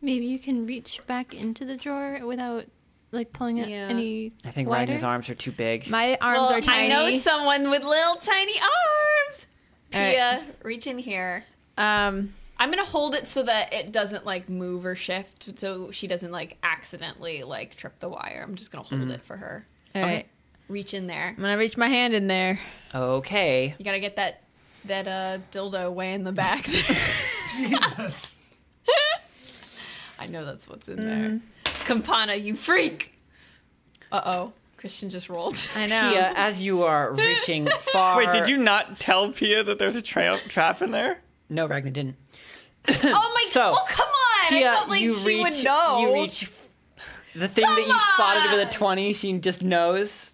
Speaker 2: Maybe you can reach back into the drawer without like pulling it
Speaker 7: Yeah.
Speaker 2: any
Speaker 1: I think
Speaker 2: wider.
Speaker 1: Ragnar's arms are too big.
Speaker 7: My arms
Speaker 6: Well,
Speaker 7: are tiny.
Speaker 6: I know someone with little tiny arms.
Speaker 7: All right.
Speaker 6: Pia, reach in here.
Speaker 7: Um,
Speaker 6: I'm gonna hold it so that it doesn't like move or shift, so she doesn't like accidentally like trip the wire. I'm just gonna hold
Speaker 1: Mm-hmm.
Speaker 6: it for her.
Speaker 7: all right.
Speaker 6: Reach in there.
Speaker 7: I'm gonna reach my hand in there.
Speaker 1: okay.
Speaker 6: You gotta get that that uh dildo way in the back.
Speaker 4: Jesus.
Speaker 6: I know that's what's in
Speaker 7: Mm.
Speaker 6: there. Campana, you freak. Uh oh, Christian just rolled.
Speaker 7: I know.
Speaker 1: Kia, as you are reaching far.
Speaker 3: Wait, did you not tell Pia that there's a tra- trap in there?
Speaker 1: No, Ragnar didn't.
Speaker 6: oh my!
Speaker 1: So,
Speaker 6: god! oh come on!
Speaker 1: Kia,
Speaker 6: I felt like
Speaker 1: you
Speaker 6: she
Speaker 1: reach.
Speaker 6: would know.
Speaker 1: You reach. The thing that you
Speaker 6: Come
Speaker 1: spotted with
Speaker 6: on!
Speaker 1: a twenty, she just knows.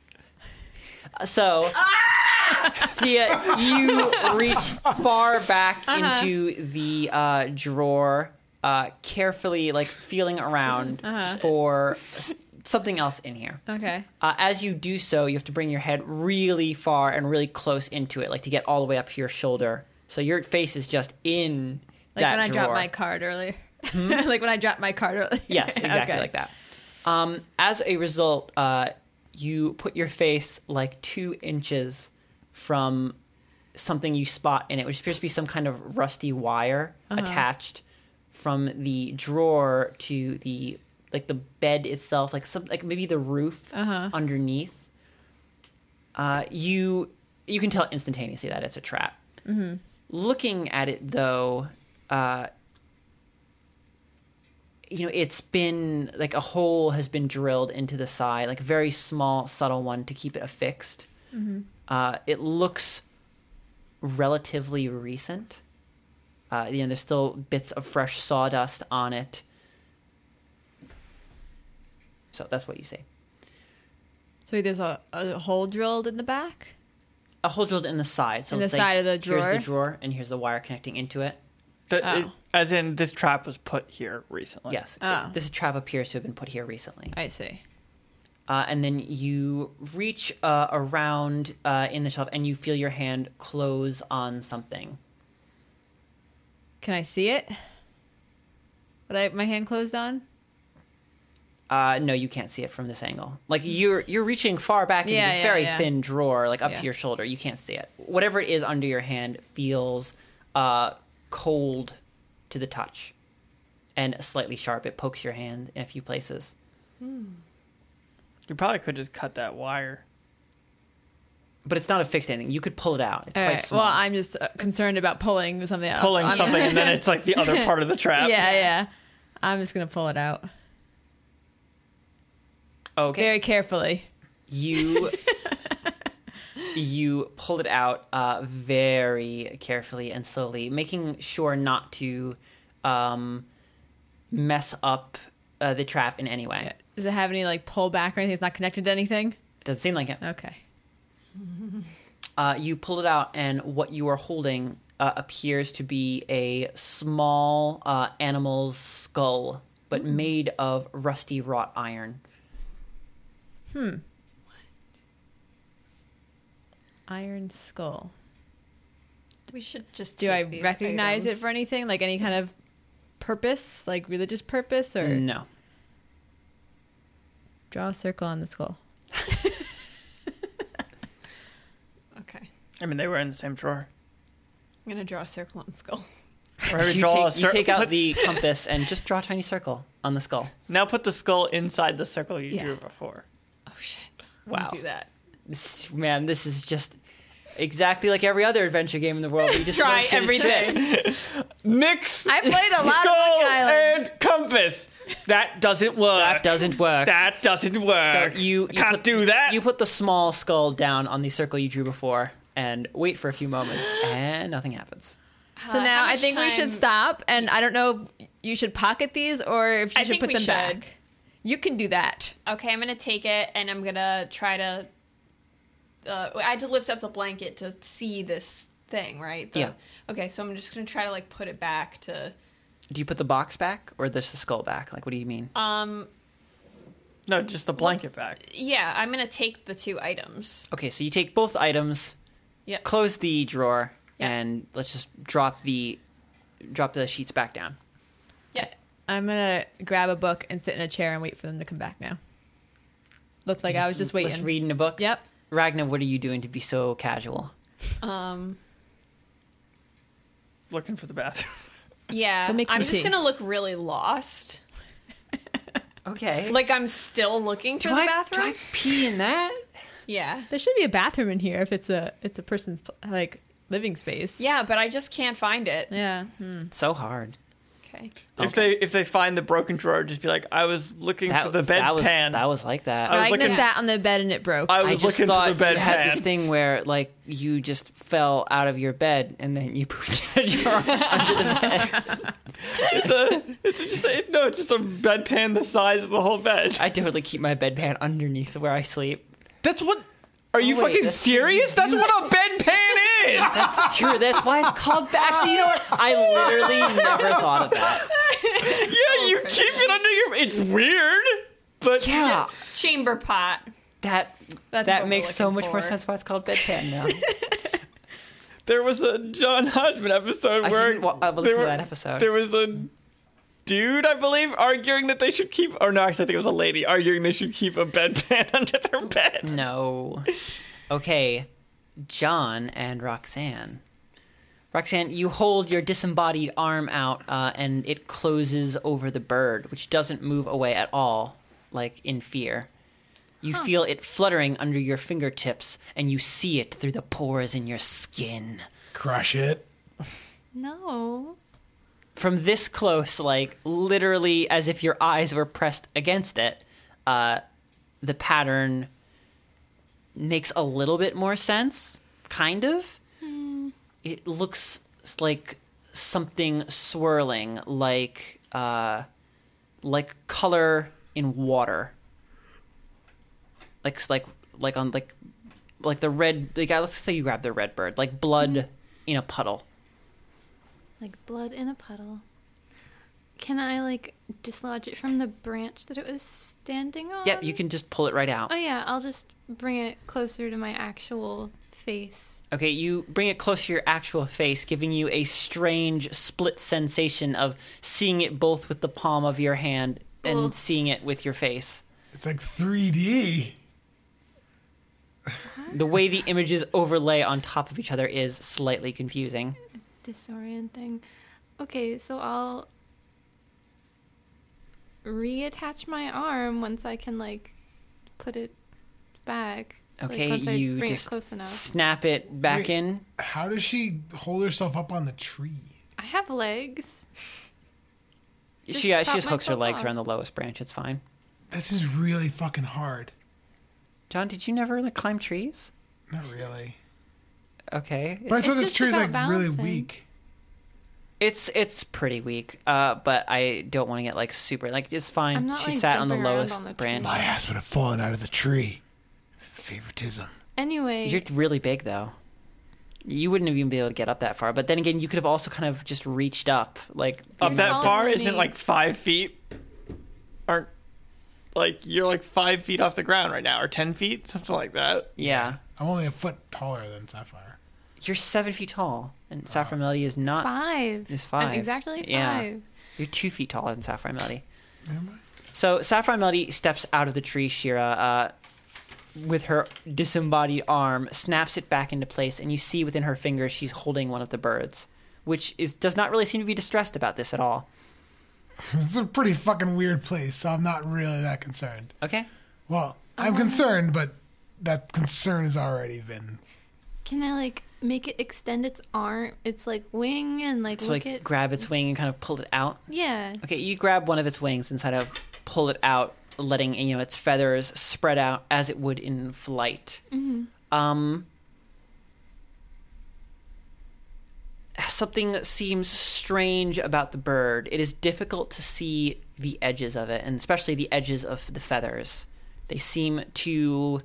Speaker 1: Uh, So,
Speaker 6: Ah!
Speaker 1: Kia, you reach far back
Speaker 6: Uh-huh.
Speaker 1: into the uh, drawer, uh, carefully, like feeling around
Speaker 6: uh-huh.
Speaker 1: for s- something else in here.
Speaker 6: Oh.
Speaker 7: Okay.
Speaker 1: Uh, as you do so, you have to bring your head really far and really close into it, like to get all the way up to your shoulder. So your face is just in
Speaker 7: Like
Speaker 1: that
Speaker 7: when I
Speaker 1: drawer. Hmm?
Speaker 7: dropped my card earlier. like when I dropped my card earlier.
Speaker 1: yes, exactly
Speaker 7: Okay.
Speaker 1: like that. Um, as a result, uh, you put your face like two inches from something you spot in it, which appears to be some kind of rusty wire attached from the drawer to the like the bed itself, like some like maybe the roof underneath. Uh, you you can tell instantaneously that it's a trap. Looking at it though, uh, you know it's been like a hole has been drilled into the side, like very small, subtle one to keep it affixed.
Speaker 7: Mm-hmm.
Speaker 1: Uh, it looks relatively recent. Uh, you know, there's still bits of fresh sawdust on it. So that's what you see.
Speaker 7: So there's a, a hole drilled in the back.
Speaker 1: A hole drilled in the side. So
Speaker 7: In the
Speaker 1: it's like,
Speaker 7: side of the
Speaker 1: Here's
Speaker 7: drawer?
Speaker 1: the drawer, and here's the wire connecting into it.
Speaker 3: That
Speaker 7: Oh.
Speaker 3: it- as in, this trap was put here recently.
Speaker 1: Yes.
Speaker 7: Oh.
Speaker 1: This trap appears to have been put here recently.
Speaker 7: I see.
Speaker 1: uh, and then you reach uh, around uh, in the shelf and you feel your hand close on something.
Speaker 7: Can I see it? What I my hand closed on?
Speaker 1: Uh, no, you can't see it from this angle. Like you're you're reaching far back into
Speaker 7: Yeah,
Speaker 1: this
Speaker 7: yeah,
Speaker 1: very
Speaker 7: yeah.
Speaker 1: thin drawer, like up
Speaker 7: Yeah.
Speaker 1: to your shoulder. You can't see it. Whatever it is under your hand feels uh, cold to the touch. and slightly sharp. It pokes your hand in a few places.
Speaker 3: You probably could just cut that wire.
Speaker 1: But it's not a fixed ending. You could pull it out. It's
Speaker 7: All
Speaker 1: quite
Speaker 7: right.
Speaker 1: small.
Speaker 7: Well, I'm just uh, concerned about pulling something out.
Speaker 3: Pulling
Speaker 7: on-
Speaker 3: something and then it's like the other part of the
Speaker 7: Oh, yeah,
Speaker 3: trap.
Speaker 7: yeah. I'm just gonna pull it out
Speaker 1: okay.
Speaker 7: very carefully.
Speaker 1: you you pull it out uh, very carefully and slowly, making sure not to um, mess up uh, the trap in any way.
Speaker 7: Does it have any like pullback or anything? It's not connected to anything.
Speaker 1: Doesn't seem like it.
Speaker 7: Okay.
Speaker 1: Uh, you pull it out, and what you are holding uh, appears to be a small uh, animal's skull, but
Speaker 3: Mm-hmm.
Speaker 1: made of rusty wrought iron.
Speaker 7: Iron skull.
Speaker 6: We should just
Speaker 7: Do
Speaker 6: take
Speaker 7: I
Speaker 6: these
Speaker 7: recognize it
Speaker 6: items.
Speaker 7: for anything? Like any kind of purpose, like religious purpose, or
Speaker 1: No.
Speaker 7: draw a circle on the skull?
Speaker 6: Okay,
Speaker 3: I mean, they were in the same drawer.
Speaker 6: I'm gonna draw a circle on the skull.
Speaker 3: Or maybe
Speaker 1: You
Speaker 3: draw
Speaker 1: take-
Speaker 3: a
Speaker 1: you
Speaker 3: cir-
Speaker 1: take out
Speaker 3: put-
Speaker 1: the compass and just draw a tiny circle on the skull.
Speaker 3: Now put the skull inside the circle you
Speaker 7: Yeah.
Speaker 3: drew before.
Speaker 6: Oh shit!
Speaker 1: Wow.
Speaker 6: Do that.
Speaker 1: This- man, this is just exactly like every other adventure game in the world. You just
Speaker 6: Try
Speaker 1: mess shit
Speaker 6: everything.
Speaker 3: Mix
Speaker 7: I played a lot of
Speaker 3: skull
Speaker 7: Monkey Island.
Speaker 3: and compass. That doesn't work.
Speaker 1: That doesn't work.
Speaker 3: That doesn't
Speaker 1: so
Speaker 3: work.
Speaker 1: you, you
Speaker 3: can't
Speaker 1: put,
Speaker 3: do that.
Speaker 1: You put the small skull down on the circle you drew before, and wait for a few moments, and nothing happens.
Speaker 7: So
Speaker 6: Uh,
Speaker 7: now
Speaker 6: how
Speaker 7: I
Speaker 6: much
Speaker 7: think we
Speaker 6: time-
Speaker 7: should stop, and I don't know if you should pocket these or if you
Speaker 6: I
Speaker 7: should
Speaker 6: think
Speaker 7: put
Speaker 6: we
Speaker 7: them
Speaker 6: should.
Speaker 7: back. You can do that.
Speaker 6: Okay, I'm gonna take it and I'm gonna try to. Uh, I had to lift up the blanket to see this thing, right? The-
Speaker 1: Yeah.
Speaker 6: Okay, so I'm just gonna try to like put it back to.
Speaker 1: Do you put the box back or just the skull back? Like, what do you mean?
Speaker 6: Um.
Speaker 3: no, just the blanket back.
Speaker 6: Yeah, I'm gonna take the two items.
Speaker 1: Okay, so you take both items,
Speaker 6: Yeah.
Speaker 1: close the drawer,
Speaker 6: Yeah.
Speaker 1: and let's just drop the drop the sheets back down.
Speaker 6: Yeah.
Speaker 7: I'm gonna grab a book and sit in a chair and wait for them to come back now. Looked like I was just waiting.
Speaker 1: reading a book.
Speaker 7: Yep.
Speaker 1: Ragnar, what are you doing to be so casual?
Speaker 6: Um.
Speaker 3: Looking for the bathroom.
Speaker 6: Yeah.
Speaker 7: Go make some
Speaker 6: I'm just
Speaker 7: tea.
Speaker 6: gonna look really lost.
Speaker 1: Okay.
Speaker 6: Like I'm still looking for
Speaker 1: do
Speaker 6: the
Speaker 1: I,
Speaker 6: bathroom.
Speaker 1: Do I pee in that?
Speaker 6: Yeah.
Speaker 7: There should be a bathroom in here if it's a it's a person's like living space.
Speaker 6: Yeah, but I just can't find it.
Speaker 7: Yeah.
Speaker 1: It's so hard.
Speaker 6: Okay.
Speaker 3: If they if they find the broken drawer, just be like, I was looking for the
Speaker 1: was, that was
Speaker 3: bedpan.
Speaker 1: that was like that.
Speaker 3: I was
Speaker 7: Ragnar
Speaker 3: looking-
Speaker 7: sat on the bed and it broke.
Speaker 3: I
Speaker 1: I
Speaker 3: was
Speaker 1: just
Speaker 3: looking
Speaker 1: thought
Speaker 3: for the
Speaker 1: you had
Speaker 3: bedpan.
Speaker 1: this thing where like you just fell out of your bed and then you pooped in a jar under the bed.
Speaker 3: It's a it's just a, no, it's just a bedpan the size of the whole bed.
Speaker 1: I totally keep my bedpan underneath where I sleep.
Speaker 3: that's what. Are you
Speaker 1: wait,
Speaker 3: fucking
Speaker 1: that's-
Speaker 3: serious? That's what a bedpan is.
Speaker 1: That's true. That's why it's called back. So you know what? I literally never thought of that.
Speaker 3: Yeah, you keep it under your. It's weird, but
Speaker 1: Yeah,
Speaker 6: Chamber pot.
Speaker 1: that
Speaker 6: That's what
Speaker 1: that
Speaker 6: we're
Speaker 1: makes so
Speaker 6: looking
Speaker 1: much more
Speaker 6: for.
Speaker 1: sense. Why it's called bedpan now?
Speaker 3: there was a John Hodgman episode
Speaker 1: I
Speaker 3: where
Speaker 1: didn't wa- I listened
Speaker 3: there
Speaker 1: to that episode.
Speaker 3: There was a dude, I believe, arguing that they should keep. Or no, actually, I think it was a lady arguing they should keep a bedpan under their bed.
Speaker 1: No. Okay, John and Roxanne. Roxanne, you hold your disembodied arm out uh, and it closes over the bird, which doesn't move away at all, like in fear. You feel it fluttering under your fingertips and you see it through the pores in your skin.
Speaker 4: Crush it.
Speaker 5: No.
Speaker 1: From this close, like literally as if your eyes were pressed against it, uh, the pattern makes a little bit more sense, kind of. It looks s- like something swirling, like uh, like color in water, like s- like like on like like the red. Like I- let's say you grab the red bird, like blood in a puddle.
Speaker 5: Like blood in a puddle. Can I like dislodge it from the branch that it was standing on?
Speaker 1: Yep, you can just pull it right out.
Speaker 5: Oh yeah, I'll just bring it closer to my actual face.
Speaker 1: Okay, you bring it close to your actual face, giving you a strange split sensation of seeing it both with the palm of your hand and
Speaker 5: Ugh.
Speaker 1: seeing it with your face.
Speaker 4: It's like 3D.
Speaker 1: The way the images overlay on top of each other is slightly confusing.
Speaker 5: Disorienting. Okay, so I'll reattach my arm once I can like put it back. Like,
Speaker 1: Okay,
Speaker 5: once I
Speaker 1: you
Speaker 5: bring
Speaker 1: just
Speaker 5: it close enough.
Speaker 1: snap it back
Speaker 4: Wait.
Speaker 1: in.
Speaker 4: How does she hold herself up on the tree?
Speaker 5: I have legs. Just
Speaker 1: she uh, she
Speaker 5: prop
Speaker 1: just hooks her
Speaker 5: myself
Speaker 1: legs
Speaker 5: up.
Speaker 1: around the lowest branch. It's fine.
Speaker 4: This is really fucking hard.
Speaker 1: John, did you never like climb trees?
Speaker 4: Not really.
Speaker 1: Okay,
Speaker 4: But I
Speaker 1: it's
Speaker 4: thought this
Speaker 5: just
Speaker 4: tree is like
Speaker 5: about
Speaker 4: really
Speaker 5: balancing.
Speaker 4: weak.
Speaker 1: it's, it's pretty weak. Uh, but I don't want to get like super like it's fine.
Speaker 5: I'm not,
Speaker 1: she
Speaker 5: like,
Speaker 1: sat on the
Speaker 5: jumping around
Speaker 1: lowest
Speaker 5: on the tree.
Speaker 1: branch.
Speaker 4: My ass would have fallen out of the tree. Favoritism.
Speaker 5: Anyway,
Speaker 1: You're really big though. You wouldn't have even be able to get up that far. But then again, you could have also kind of just reached up, like
Speaker 3: Up that
Speaker 5: taller
Speaker 3: far
Speaker 5: than
Speaker 3: isn't it
Speaker 5: me.
Speaker 3: like five feet? Aren't like you're like five feet off the ground right now, or ten feet, something like that.
Speaker 1: yeah.
Speaker 4: I'm only a foot taller than Sapphire.
Speaker 1: You're seven feet tall, and Saffron Melody is not.
Speaker 5: five.
Speaker 1: It's five.
Speaker 5: I'm exactly
Speaker 1: Yeah.
Speaker 5: five.
Speaker 1: You're two feet taller than Saffron Melody.
Speaker 4: Am I?
Speaker 1: So Saffron Melody steps out of the tree, Shira, uh, with her disembodied arm, snaps it back into place, and you see within her fingers she's holding one of the birds, which is does not really seem to be distressed about this at all.
Speaker 4: It's a pretty fucking weird place, so I'm not really that concerned.
Speaker 1: Okay.
Speaker 4: Well,
Speaker 1: Oh.
Speaker 4: I'm concerned, but that concern has already been.
Speaker 5: Can I like make it extend its arm, its like wing, and like
Speaker 1: So
Speaker 5: look
Speaker 1: like
Speaker 5: at?
Speaker 1: grab its wing and kind of pull it out.
Speaker 5: yeah.
Speaker 1: Okay, you grab one of its wings and sort of pull it out, letting you know its feathers spread out as it would in flight.
Speaker 5: Mm-hmm.
Speaker 1: Um, something seems strange about the bird. It is difficult to see the edges of it, and especially the edges of the feathers. They seem to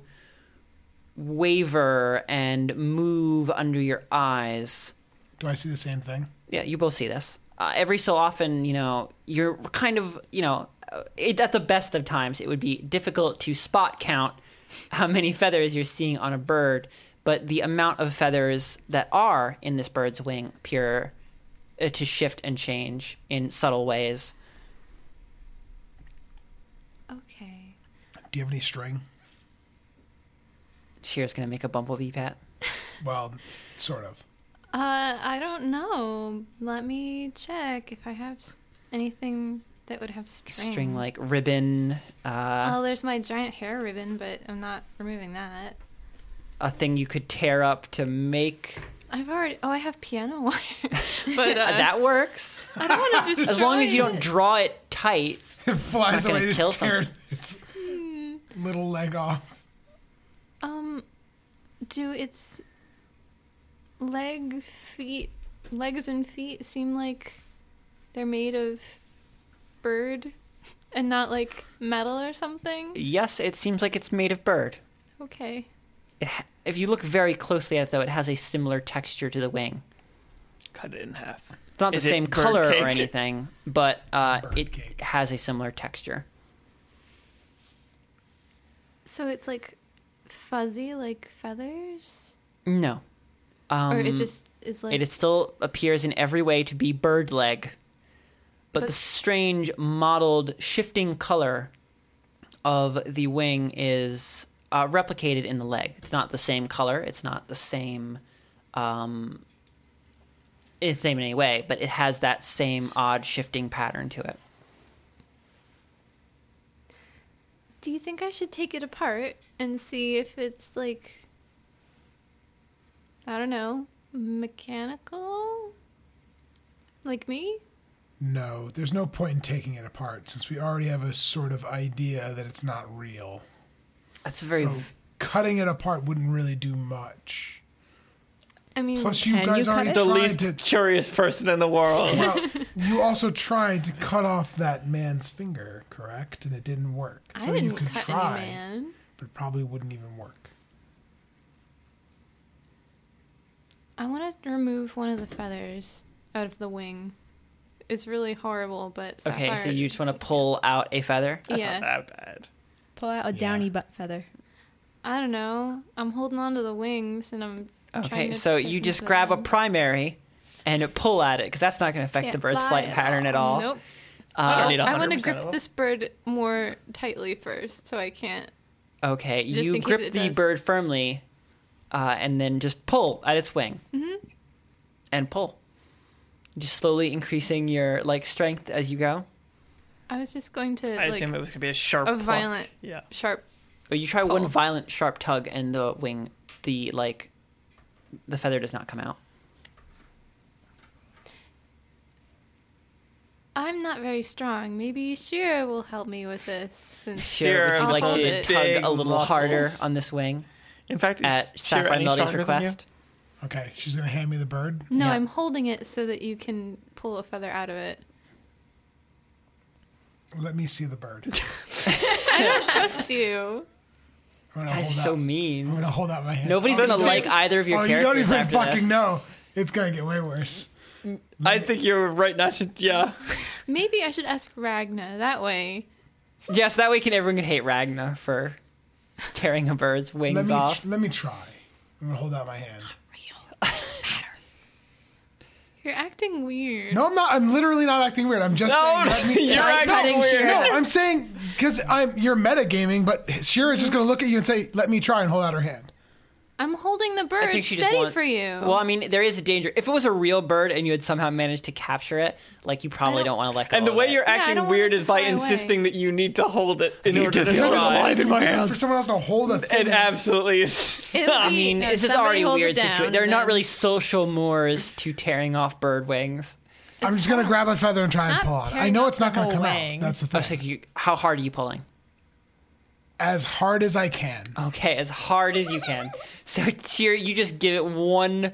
Speaker 1: waver and move under your eyes.
Speaker 4: Do I see the same thing?
Speaker 1: Yeah, you both see this. Uh, every so often, you know, you're kind of, you know, uh, it, at the best of times, it would be difficult to spot count how many feathers you're seeing on a bird, but the amount of feathers that are in this bird's wing appear uh, to shift and change in subtle ways.
Speaker 5: Okay.
Speaker 4: Do you have any string?
Speaker 1: Shear's gonna make a bumblebee pat.
Speaker 4: Well, sort of.
Speaker 5: Uh, I don't know. Let me check if I have s- anything that would have string.
Speaker 1: String like ribbon, uh,
Speaker 5: Oh, there's my giant hair ribbon, but I'm not removing that.
Speaker 1: a thing you could tear up to make.
Speaker 5: I've already. Oh, I have piano wire, but uh,
Speaker 1: that works.
Speaker 5: I don't want to destroy.
Speaker 1: As long as you don't
Speaker 5: it.
Speaker 1: draw it tight,
Speaker 4: It
Speaker 1: not
Speaker 4: flies
Speaker 1: gonna
Speaker 4: away and
Speaker 1: kill
Speaker 4: just tears its little leg off.
Speaker 5: Um, do its leg, feet, legs and feet seem like they're made of bird and not like metal or something?
Speaker 1: Yes, it seems like it's made of bird.
Speaker 5: Okay.
Speaker 1: It ha- if you look very closely at it, though, it has a similar texture to the wing.
Speaker 3: Cut it in half.
Speaker 1: It's not
Speaker 3: Is
Speaker 1: the
Speaker 3: it
Speaker 1: same
Speaker 3: bird
Speaker 1: color
Speaker 3: cake?
Speaker 1: or anything, but uh,
Speaker 4: Bird
Speaker 1: it
Speaker 4: cake.
Speaker 1: has a similar texture.
Speaker 5: So it's like fuzzy, like feathers,
Speaker 1: No, um,
Speaker 5: or it just is like
Speaker 1: it is still appears in every way to be bird leg, but,
Speaker 5: But-
Speaker 1: the strange mottled shifting color of the wing is uh, replicated in the leg. It's not the same color. It's not the same. Um, it's the same in any way, but it has that same odd shifting pattern to it.
Speaker 5: Do you think I should take it apart and see if it's like I don't know, mechanical? Like me?
Speaker 4: No, there's no point in taking it apart since we already have a sort of idea that it's not real.
Speaker 1: That's a very
Speaker 4: So cutting it apart wouldn't really do much.
Speaker 5: I mean,
Speaker 4: Plus, you
Speaker 7: Can
Speaker 4: guys
Speaker 7: you cut
Speaker 4: already
Speaker 7: it?
Speaker 3: The
Speaker 4: tried
Speaker 3: least
Speaker 4: to.
Speaker 3: curious person in the world.
Speaker 4: Well, you also tried to cut off that man's finger, correct? And it didn't work.
Speaker 5: I
Speaker 4: so you
Speaker 5: didn't
Speaker 4: could
Speaker 5: cut
Speaker 4: try,
Speaker 5: any man.
Speaker 4: but it probably wouldn't even work.
Speaker 5: I want to remove one of the feathers out of the wing. It's really horrible, but
Speaker 1: okay. So
Speaker 5: Sapphire-
Speaker 1: you just want to pull out a feather.
Speaker 3: That's not
Speaker 5: yeah.
Speaker 3: that bad.
Speaker 7: Pull out a
Speaker 4: Yeah.
Speaker 7: downy butt feather.
Speaker 5: I don't know. I'm holding on to the wings and I'm trying
Speaker 1: Okay,
Speaker 5: to
Speaker 1: so
Speaker 5: take
Speaker 1: you
Speaker 5: them
Speaker 1: just
Speaker 5: to
Speaker 1: grab a
Speaker 5: them.
Speaker 1: primary and pull at it because that's not going to affect
Speaker 5: Can't
Speaker 1: the bird's
Speaker 5: fly
Speaker 1: flight pattern at all.
Speaker 5: Nope. Oh,
Speaker 3: I don't
Speaker 1: Uh,
Speaker 3: need
Speaker 5: I want
Speaker 3: 100%
Speaker 5: to
Speaker 3: of
Speaker 5: grip
Speaker 3: them.
Speaker 5: this bird more tightly first, so I can't.
Speaker 1: okay,
Speaker 5: Just
Speaker 1: you
Speaker 5: in case
Speaker 1: grip
Speaker 5: it
Speaker 1: the
Speaker 5: does.
Speaker 1: bird firmly uh, and then just pull at its wing and pull, just slowly increasing your like strength as you go.
Speaker 5: I was just going to
Speaker 1: I
Speaker 5: like
Speaker 1: assume it was gonna be a sharp,
Speaker 5: a
Speaker 1: pluck.
Speaker 5: violent-
Speaker 1: Yeah,
Speaker 5: sharp.
Speaker 3: Oh, you try one
Speaker 5: Oh.
Speaker 3: violent, sharp tug, and the wing, the like, the feather does not come out.
Speaker 5: I'm not very strong. Maybe Shira will help me with this. And
Speaker 3: Shira, would
Speaker 5: Shira
Speaker 3: you like
Speaker 5: pulls
Speaker 3: to
Speaker 5: it.
Speaker 3: tug
Speaker 1: Big
Speaker 3: a little harder
Speaker 1: muscles.
Speaker 3: on this wing
Speaker 1: In fact, is
Speaker 3: at
Speaker 1: Shira
Speaker 3: Sapphire
Speaker 1: any
Speaker 3: Melody's
Speaker 1: stronger than you?
Speaker 3: request?
Speaker 4: Okay, she's gonna hand me the bird.
Speaker 5: No,
Speaker 3: Yeah.
Speaker 5: I'm holding it so that you can pull a feather out of it.
Speaker 4: Let me see the bird.
Speaker 5: Trust you.
Speaker 4: I'm gonna
Speaker 3: Guys, you're
Speaker 4: hold out.
Speaker 3: so
Speaker 4: I'm
Speaker 3: mean.
Speaker 4: gonna hold out my hand.
Speaker 3: Nobody's
Speaker 4: Oh,
Speaker 3: gonna
Speaker 4: you-
Speaker 3: like either of your
Speaker 4: Oh, you
Speaker 3: characters
Speaker 4: don't even
Speaker 3: after
Speaker 4: fucking
Speaker 3: this.
Speaker 4: know. It's gonna get way worse.
Speaker 1: I think you're right not to. Yeah,
Speaker 5: Maybe I should ask Ragna. That way,
Speaker 3: Yes, that way can everyone can hate Ragna for tearing a bird's wings
Speaker 4: Let me
Speaker 3: off.
Speaker 4: tr- let me try. I'm gonna hold out my hand.
Speaker 5: you're acting weird.
Speaker 4: No, I'm not. I'm literally not acting weird. I'm just
Speaker 1: No,
Speaker 4: saying. Let me,
Speaker 1: you're
Speaker 4: no,
Speaker 1: acting weird.
Speaker 4: No, I'm saying because I'm you're metagaming, but Shira's
Speaker 6: Mm-hmm.
Speaker 4: just gonna look at you and say, "Let me try," and hold out her hand.
Speaker 5: I'm holding the bird
Speaker 3: I think she just
Speaker 5: steady
Speaker 3: want-
Speaker 5: for you.
Speaker 3: Well, I mean, there is a danger. If it was a real bird and you had somehow managed to capture it, like you probably don't,
Speaker 5: I don't-
Speaker 3: want to let go.
Speaker 1: and the
Speaker 3: of
Speaker 1: way
Speaker 3: it.
Speaker 1: you're
Speaker 5: I
Speaker 1: acting
Speaker 5: don't want
Speaker 1: weird
Speaker 5: it
Speaker 1: is
Speaker 5: to
Speaker 1: by
Speaker 5: fly away.
Speaker 1: insisting that you need to hold it in
Speaker 8: need
Speaker 1: order
Speaker 8: to
Speaker 1: to
Speaker 8: feel
Speaker 4: Because
Speaker 1: fly.
Speaker 4: it's
Speaker 8: Right.
Speaker 4: wide
Speaker 8: In my hand.
Speaker 4: for someone else to hold a thing.
Speaker 1: It absolutely is.
Speaker 9: It would
Speaker 3: I
Speaker 9: be-
Speaker 3: mean,
Speaker 9: no,
Speaker 3: this is
Speaker 9: somebody
Speaker 3: already a
Speaker 9: hold it
Speaker 3: weird
Speaker 9: down
Speaker 3: situation.
Speaker 9: and
Speaker 3: There are not
Speaker 9: then-
Speaker 3: really social mores to tearing off bird wings.
Speaker 4: I'm just gonna grab a feather and try and
Speaker 6: Not
Speaker 4: pull on it. I
Speaker 6: tearing
Speaker 4: know
Speaker 6: up
Speaker 4: it's not
Speaker 6: the
Speaker 4: gonna
Speaker 6: whole
Speaker 4: come
Speaker 6: wing.
Speaker 4: out. That's the
Speaker 3: I
Speaker 4: thing.
Speaker 3: was like, you, how hard are you pulling?
Speaker 4: as hard as I can.
Speaker 3: Okay, as hard as you can. So, Cheer, you just give it one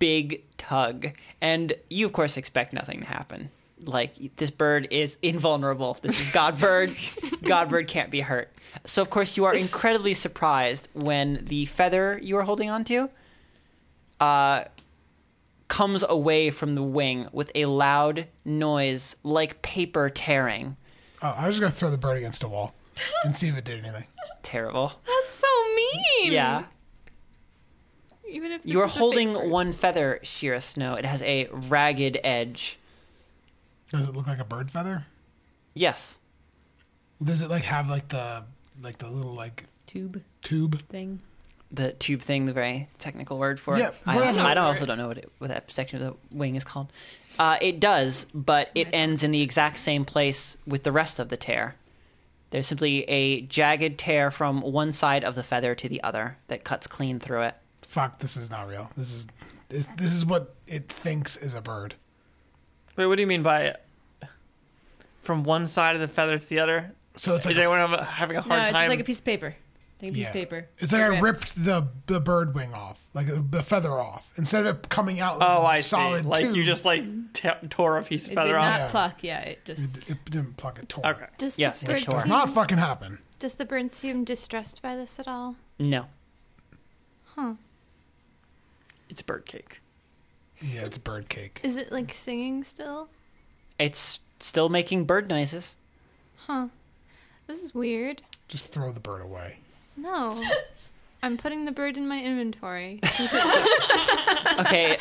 Speaker 3: big tug. And you, of course, expect nothing to happen. Like, this bird is invulnerable. This is God Bird. God Bird can't be hurt. So, of course, you are incredibly surprised when the feather you are holding onto uh, comes away from the wing with a loud noise like paper tearing.
Speaker 4: Oh, I was just gonna throw the bird against a wall and see if it did anything.
Speaker 3: Terrible.
Speaker 5: That's so mean.
Speaker 3: Yeah.
Speaker 5: Even if this
Speaker 3: You are
Speaker 5: is a
Speaker 3: holding
Speaker 5: fake bird.
Speaker 3: one feather, Shira Snow. It has a ragged edge.
Speaker 4: Does it look like a bird feather?
Speaker 3: Yes.
Speaker 4: Does it like have like the like the little like
Speaker 6: Tube
Speaker 4: tube?
Speaker 6: thing.
Speaker 3: The tube thing, the very technical word for
Speaker 4: Yeah,
Speaker 3: it. I,
Speaker 4: whatever.
Speaker 3: also, I don't, also don't know what, it, what that section of the wing is called. Uh, it does, but it ends in the exact same place with the rest of the tear. There's simply a jagged tear from one side of the feather to the other that cuts clean through it.
Speaker 4: Fuck, this is not real. This is this, this is what it thinks is a bird.
Speaker 1: Wait, what do you mean by from one side of the feather to the other?
Speaker 4: So it's like
Speaker 1: is
Speaker 4: a-
Speaker 1: anyone have a- having a
Speaker 6: No,
Speaker 1: hard
Speaker 6: it's just
Speaker 1: time?
Speaker 6: like a piece of paper. Like a piece
Speaker 4: yeah.
Speaker 6: of paper.
Speaker 4: It's like I
Speaker 6: Ripped.
Speaker 4: ripped the the bird wing off, like the- the feather off, instead of it coming out. Like
Speaker 1: oh,
Speaker 4: a
Speaker 1: I see.
Speaker 4: solid
Speaker 1: Like you
Speaker 4: tube,
Speaker 1: just like t- tore a piece of
Speaker 6: It did
Speaker 1: feather off.
Speaker 6: not
Speaker 4: Yeah.
Speaker 6: pluck. Yeah, it just.
Speaker 4: It, it didn't pluck it. Tore.
Speaker 1: Okay.
Speaker 5: Does
Speaker 3: Yes,
Speaker 5: the
Speaker 3: for
Speaker 5: bird
Speaker 3: sure.
Speaker 4: It's
Speaker 5: seem,
Speaker 4: not fucking happen.
Speaker 5: Does the bird seem distressed by this at all?
Speaker 3: No.
Speaker 1: It's bird cake.
Speaker 4: Yeah, it's a bird cake.
Speaker 5: Is it like singing still?
Speaker 3: It's still making bird noises.
Speaker 5: Huh. This is weird.
Speaker 4: Just throw the bird away.
Speaker 5: No. I'm putting the bird in my inventory.
Speaker 3: Okay,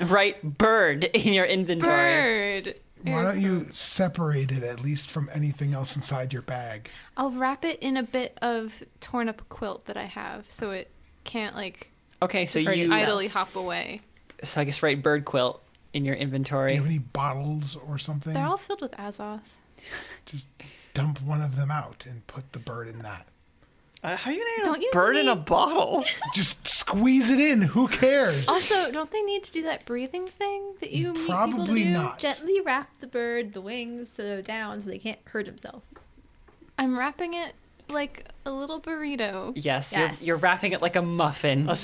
Speaker 3: write bird in your inventory.
Speaker 5: Bird.
Speaker 4: Why don't you separate it at least from anything else inside your bag?
Speaker 5: I'll wrap it in a bit of torn up quilt that I have so it can't like
Speaker 3: Okay, so
Speaker 5: just
Speaker 3: you
Speaker 5: idly hop away.
Speaker 3: so I guess write bird quilt in your
Speaker 4: Do you
Speaker 3: inventory.
Speaker 4: have any bottles or something?
Speaker 5: They're all filled with Azoth.
Speaker 4: Just dump one of them out and put the bird in that.
Speaker 1: Uh, how are you gonna
Speaker 5: Don't
Speaker 1: get
Speaker 5: you
Speaker 1: a bird in a
Speaker 5: need-
Speaker 1: bottle?
Speaker 4: Just squeeze it in. Who cares?
Speaker 5: Also, don't they need to do that breathing thing that you meet people
Speaker 4: Probably
Speaker 5: do?
Speaker 4: not.
Speaker 6: Gently wrap the bird, the wings uh, down so they can't hurt himself.
Speaker 5: I'm wrapping it like a little burrito.
Speaker 3: Yes,
Speaker 6: Yes.
Speaker 3: You're, you're wrapping it like a muffin.
Speaker 6: Birdie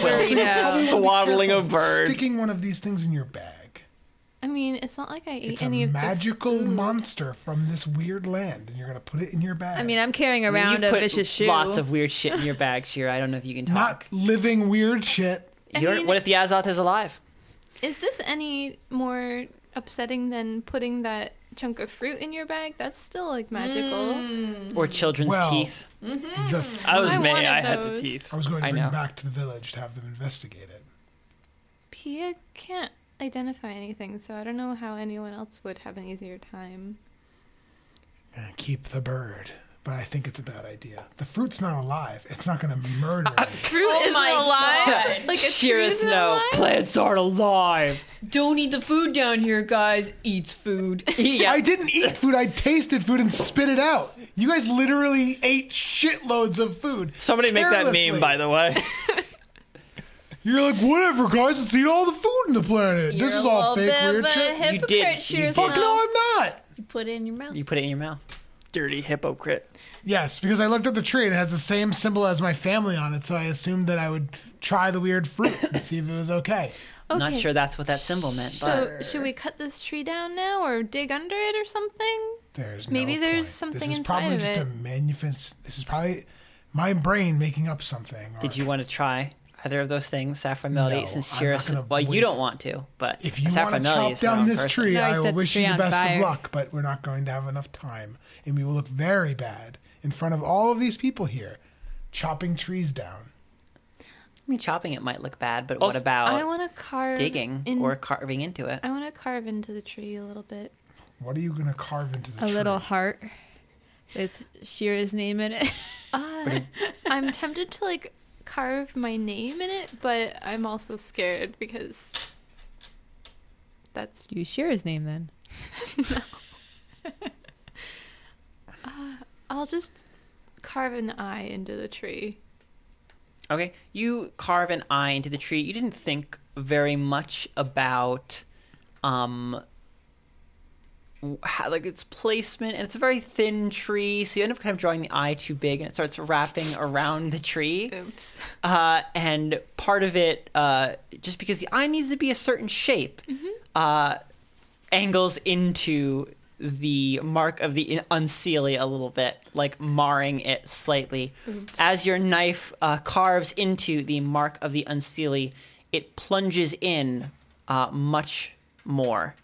Speaker 1: quilt.
Speaker 6: burrito.
Speaker 1: Swaddling a
Speaker 4: Careful
Speaker 1: bird.
Speaker 4: Sticking one of these things in your bag.
Speaker 5: I mean, it's not like I eat
Speaker 4: It's a
Speaker 5: any of
Speaker 4: magical
Speaker 5: the food.
Speaker 4: monster from this weird land, and you're gonna put it in your bag.
Speaker 6: I mean, I'm carrying
Speaker 3: I mean,
Speaker 6: around
Speaker 3: you've
Speaker 6: a
Speaker 3: put
Speaker 6: vicious shoe.
Speaker 3: Lots of weird shit in your bag, Shira. I don't know if you can
Speaker 4: not
Speaker 3: talk.
Speaker 4: living weird shit.
Speaker 5: I
Speaker 3: You don't-
Speaker 5: mean-
Speaker 3: what if the Azoth is alive?
Speaker 5: Is this any more upsetting than putting that chunk of fruit in your bag? That's still like magical.
Speaker 6: Mm.
Speaker 3: Or children's
Speaker 4: Well-
Speaker 3: teeth?
Speaker 5: Hmm.
Speaker 4: The f-
Speaker 1: I was
Speaker 5: I
Speaker 1: me.
Speaker 5: wanted
Speaker 1: I had the
Speaker 5: those.
Speaker 1: teeth.
Speaker 4: I was going to
Speaker 3: I
Speaker 4: bring
Speaker 3: know.
Speaker 4: back to the village to have them investigate it.
Speaker 5: Pia can't identify anything, so I don't know how anyone else would have an easier time.
Speaker 4: Uh, Keep the bird. but I think it's a bad idea. The fruit's not alive. It's not going to murder.
Speaker 1: Uh,
Speaker 4: it.
Speaker 6: Fruit oh my alive.
Speaker 3: Like Sheerus, no. Plants aren't alive.
Speaker 6: Don't eat the food down here, guys. Eats food.
Speaker 3: yeah.
Speaker 4: I didn't eat food. I tasted food and spit it out. You guys literally ate shitloads of food.
Speaker 1: Somebody make that meme,
Speaker 4: Carelessly.
Speaker 1: by the way.
Speaker 4: You're like, whatever, guys. Let's eat all the food in the planet. this
Speaker 5: You're
Speaker 4: is
Speaker 5: a
Speaker 4: all
Speaker 5: little
Speaker 4: fake
Speaker 5: bit of
Speaker 4: weird
Speaker 5: a
Speaker 4: shit.
Speaker 5: hypocrite,
Speaker 3: did.
Speaker 5: Shears,
Speaker 3: You
Speaker 4: Fuck no, I'm not.
Speaker 5: You put it in your mouth.
Speaker 3: You put it in your mouth.
Speaker 1: Dirty hypocrite.
Speaker 4: Yes, because I looked at the tree and it has the same symbol as my family on it, so I assumed that I would try the weird fruit and see if it was okay.
Speaker 3: Not
Speaker 5: Okay.
Speaker 3: sure that's what that symbol meant, but
Speaker 5: So should we cut this tree down now, or dig under it, or something?
Speaker 4: There's no
Speaker 5: Maybe there's
Speaker 4: point.
Speaker 5: something
Speaker 4: This is
Speaker 5: inside
Speaker 4: probably
Speaker 5: of
Speaker 4: just a
Speaker 5: it.
Speaker 4: manifest. This is probably my brain making up something. or-
Speaker 3: did you want to try either of those things, saffron melody?
Speaker 4: No,
Speaker 3: since
Speaker 4: I'm
Speaker 3: Sheerus,
Speaker 4: not gonna
Speaker 3: well, you
Speaker 4: waste-
Speaker 3: don't want to, but
Speaker 4: If you want to
Speaker 3: saffron melody
Speaker 4: chop
Speaker 3: is my
Speaker 4: down
Speaker 3: own
Speaker 4: this
Speaker 3: person.
Speaker 4: tree,
Speaker 10: No, I
Speaker 4: I will
Speaker 10: set the
Speaker 4: wish you
Speaker 10: tree
Speaker 4: the
Speaker 10: on
Speaker 4: best
Speaker 10: fire.
Speaker 4: of luck, but we're not going to have enough time, and we will look very bad in front of all of these people here, chopping trees down.
Speaker 3: I mean, chopping it might look bad, but what
Speaker 1: Also-
Speaker 5: I
Speaker 3: about
Speaker 5: want to carve
Speaker 3: digging
Speaker 5: in-
Speaker 3: or carving into it?
Speaker 5: I want to carve into the tree a little bit.
Speaker 4: What are you going to carve into the
Speaker 10: a
Speaker 4: tree?
Speaker 10: little heart with Shira's name in it.
Speaker 5: Uh, I'm tempted to like carve my name in it, but I'm also scared because that's
Speaker 10: Use Shira's name then.
Speaker 5: I'll just carve an eye into the tree.
Speaker 3: Okay, you carve an eye into the tree. You didn't think very much about, um, w- how, like its placement, and it's a very thin tree, so you end up kind of drawing the eye too big, and it starts wrapping around the tree.
Speaker 5: Oops.
Speaker 3: Uh, and part of it, uh, just because the eye needs to be a certain shape, uh, angles into the mark of the unseelie a little bit, like marring it slightly. As your knife uh, carves into the mark of the unseelie, it plunges in uh, much more.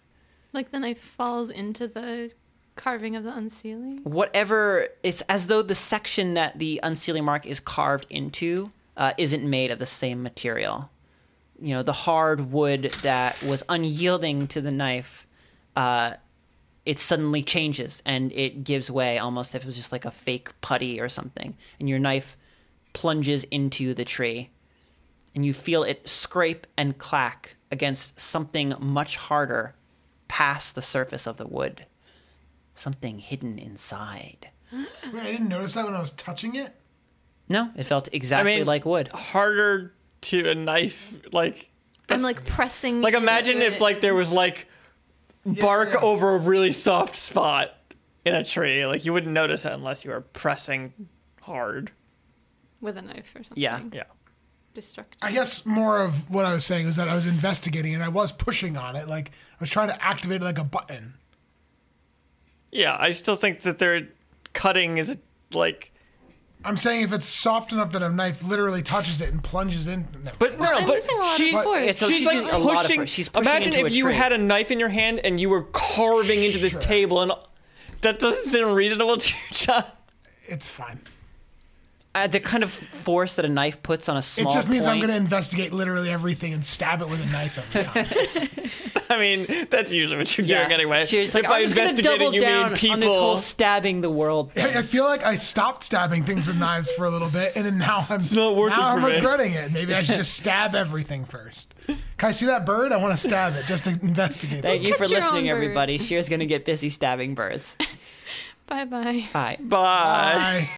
Speaker 5: Like the knife falls into the carving of the unsealing.
Speaker 3: Whatever, it's as though the section that the unsealing mark is carved into uh, isn't made of the same material. You know, the hard wood that was unyielding to the knife uh, it suddenly changes and it gives way almost if it was just like a fake putty or something and your knife plunges into the tree and you feel it scrape and clack against something much harder past the surface of the wood something hidden inside
Speaker 4: Wait, I didn't notice that when I was touching it.
Speaker 3: no it felt exactly
Speaker 1: I mean-
Speaker 3: like wood
Speaker 1: Harder to a knife, like
Speaker 5: I'm like pressing.
Speaker 1: like imagine
Speaker 5: into
Speaker 1: if
Speaker 5: it.
Speaker 1: like there was like bark
Speaker 4: yeah.
Speaker 1: over a really soft spot in a tree. Like you wouldn't notice it unless you were pressing hard.
Speaker 5: with a knife or something.
Speaker 3: Yeah.
Speaker 1: Yeah.
Speaker 5: Destructive.
Speaker 4: I guess more of what I was saying was that I was investigating and I was pushing on it. Like I was trying to activate like a button.
Speaker 1: Yeah, I still think that their cutting is like
Speaker 4: I'm saying if it's soft enough that a knife literally touches it and plunges in. No.
Speaker 1: But no,
Speaker 5: I'm
Speaker 1: but
Speaker 5: using a lot of
Speaker 1: she's,
Speaker 5: force.
Speaker 3: It's- so
Speaker 1: she's
Speaker 3: she's
Speaker 1: like
Speaker 3: using a lot of
Speaker 1: pushing.
Speaker 3: force. She's pushing
Speaker 1: imagine
Speaker 3: into
Speaker 1: if
Speaker 3: a
Speaker 1: you
Speaker 3: tree.
Speaker 1: had a knife in your hand and you were carving into this
Speaker 4: Sure.
Speaker 1: table, and that doesn't seem reasonable to you, John.
Speaker 4: it's fine.
Speaker 3: uh, the kind of force that a knife puts on a
Speaker 4: It
Speaker 3: small
Speaker 4: just means I'm
Speaker 3: point-
Speaker 4: going to investigate literally everything and stab it with a knife every time.
Speaker 1: I mean, that's usually what you're doing anyway.
Speaker 3: She's like,
Speaker 1: if
Speaker 3: I'm
Speaker 1: by
Speaker 3: just gonna
Speaker 1: investigating
Speaker 3: double
Speaker 1: you
Speaker 3: down
Speaker 1: mean people,
Speaker 3: on this whole stabbing the world thing.
Speaker 4: I I feel like I stopped stabbing things with knives for a little bit, and then now I'm
Speaker 1: not working
Speaker 4: now I'm
Speaker 1: for me.
Speaker 4: regretting it. Maybe I should just stab everything first. Can I see that bird? I want to stab it just to investigate.
Speaker 3: Thank
Speaker 4: it.
Speaker 3: you for
Speaker 5: Catch your own
Speaker 3: listening,
Speaker 5: bird.
Speaker 3: everybody. Shear's going to get busy stabbing birds.
Speaker 5: Bye bye.
Speaker 3: Bye.
Speaker 1: bye.
Speaker 4: Bye.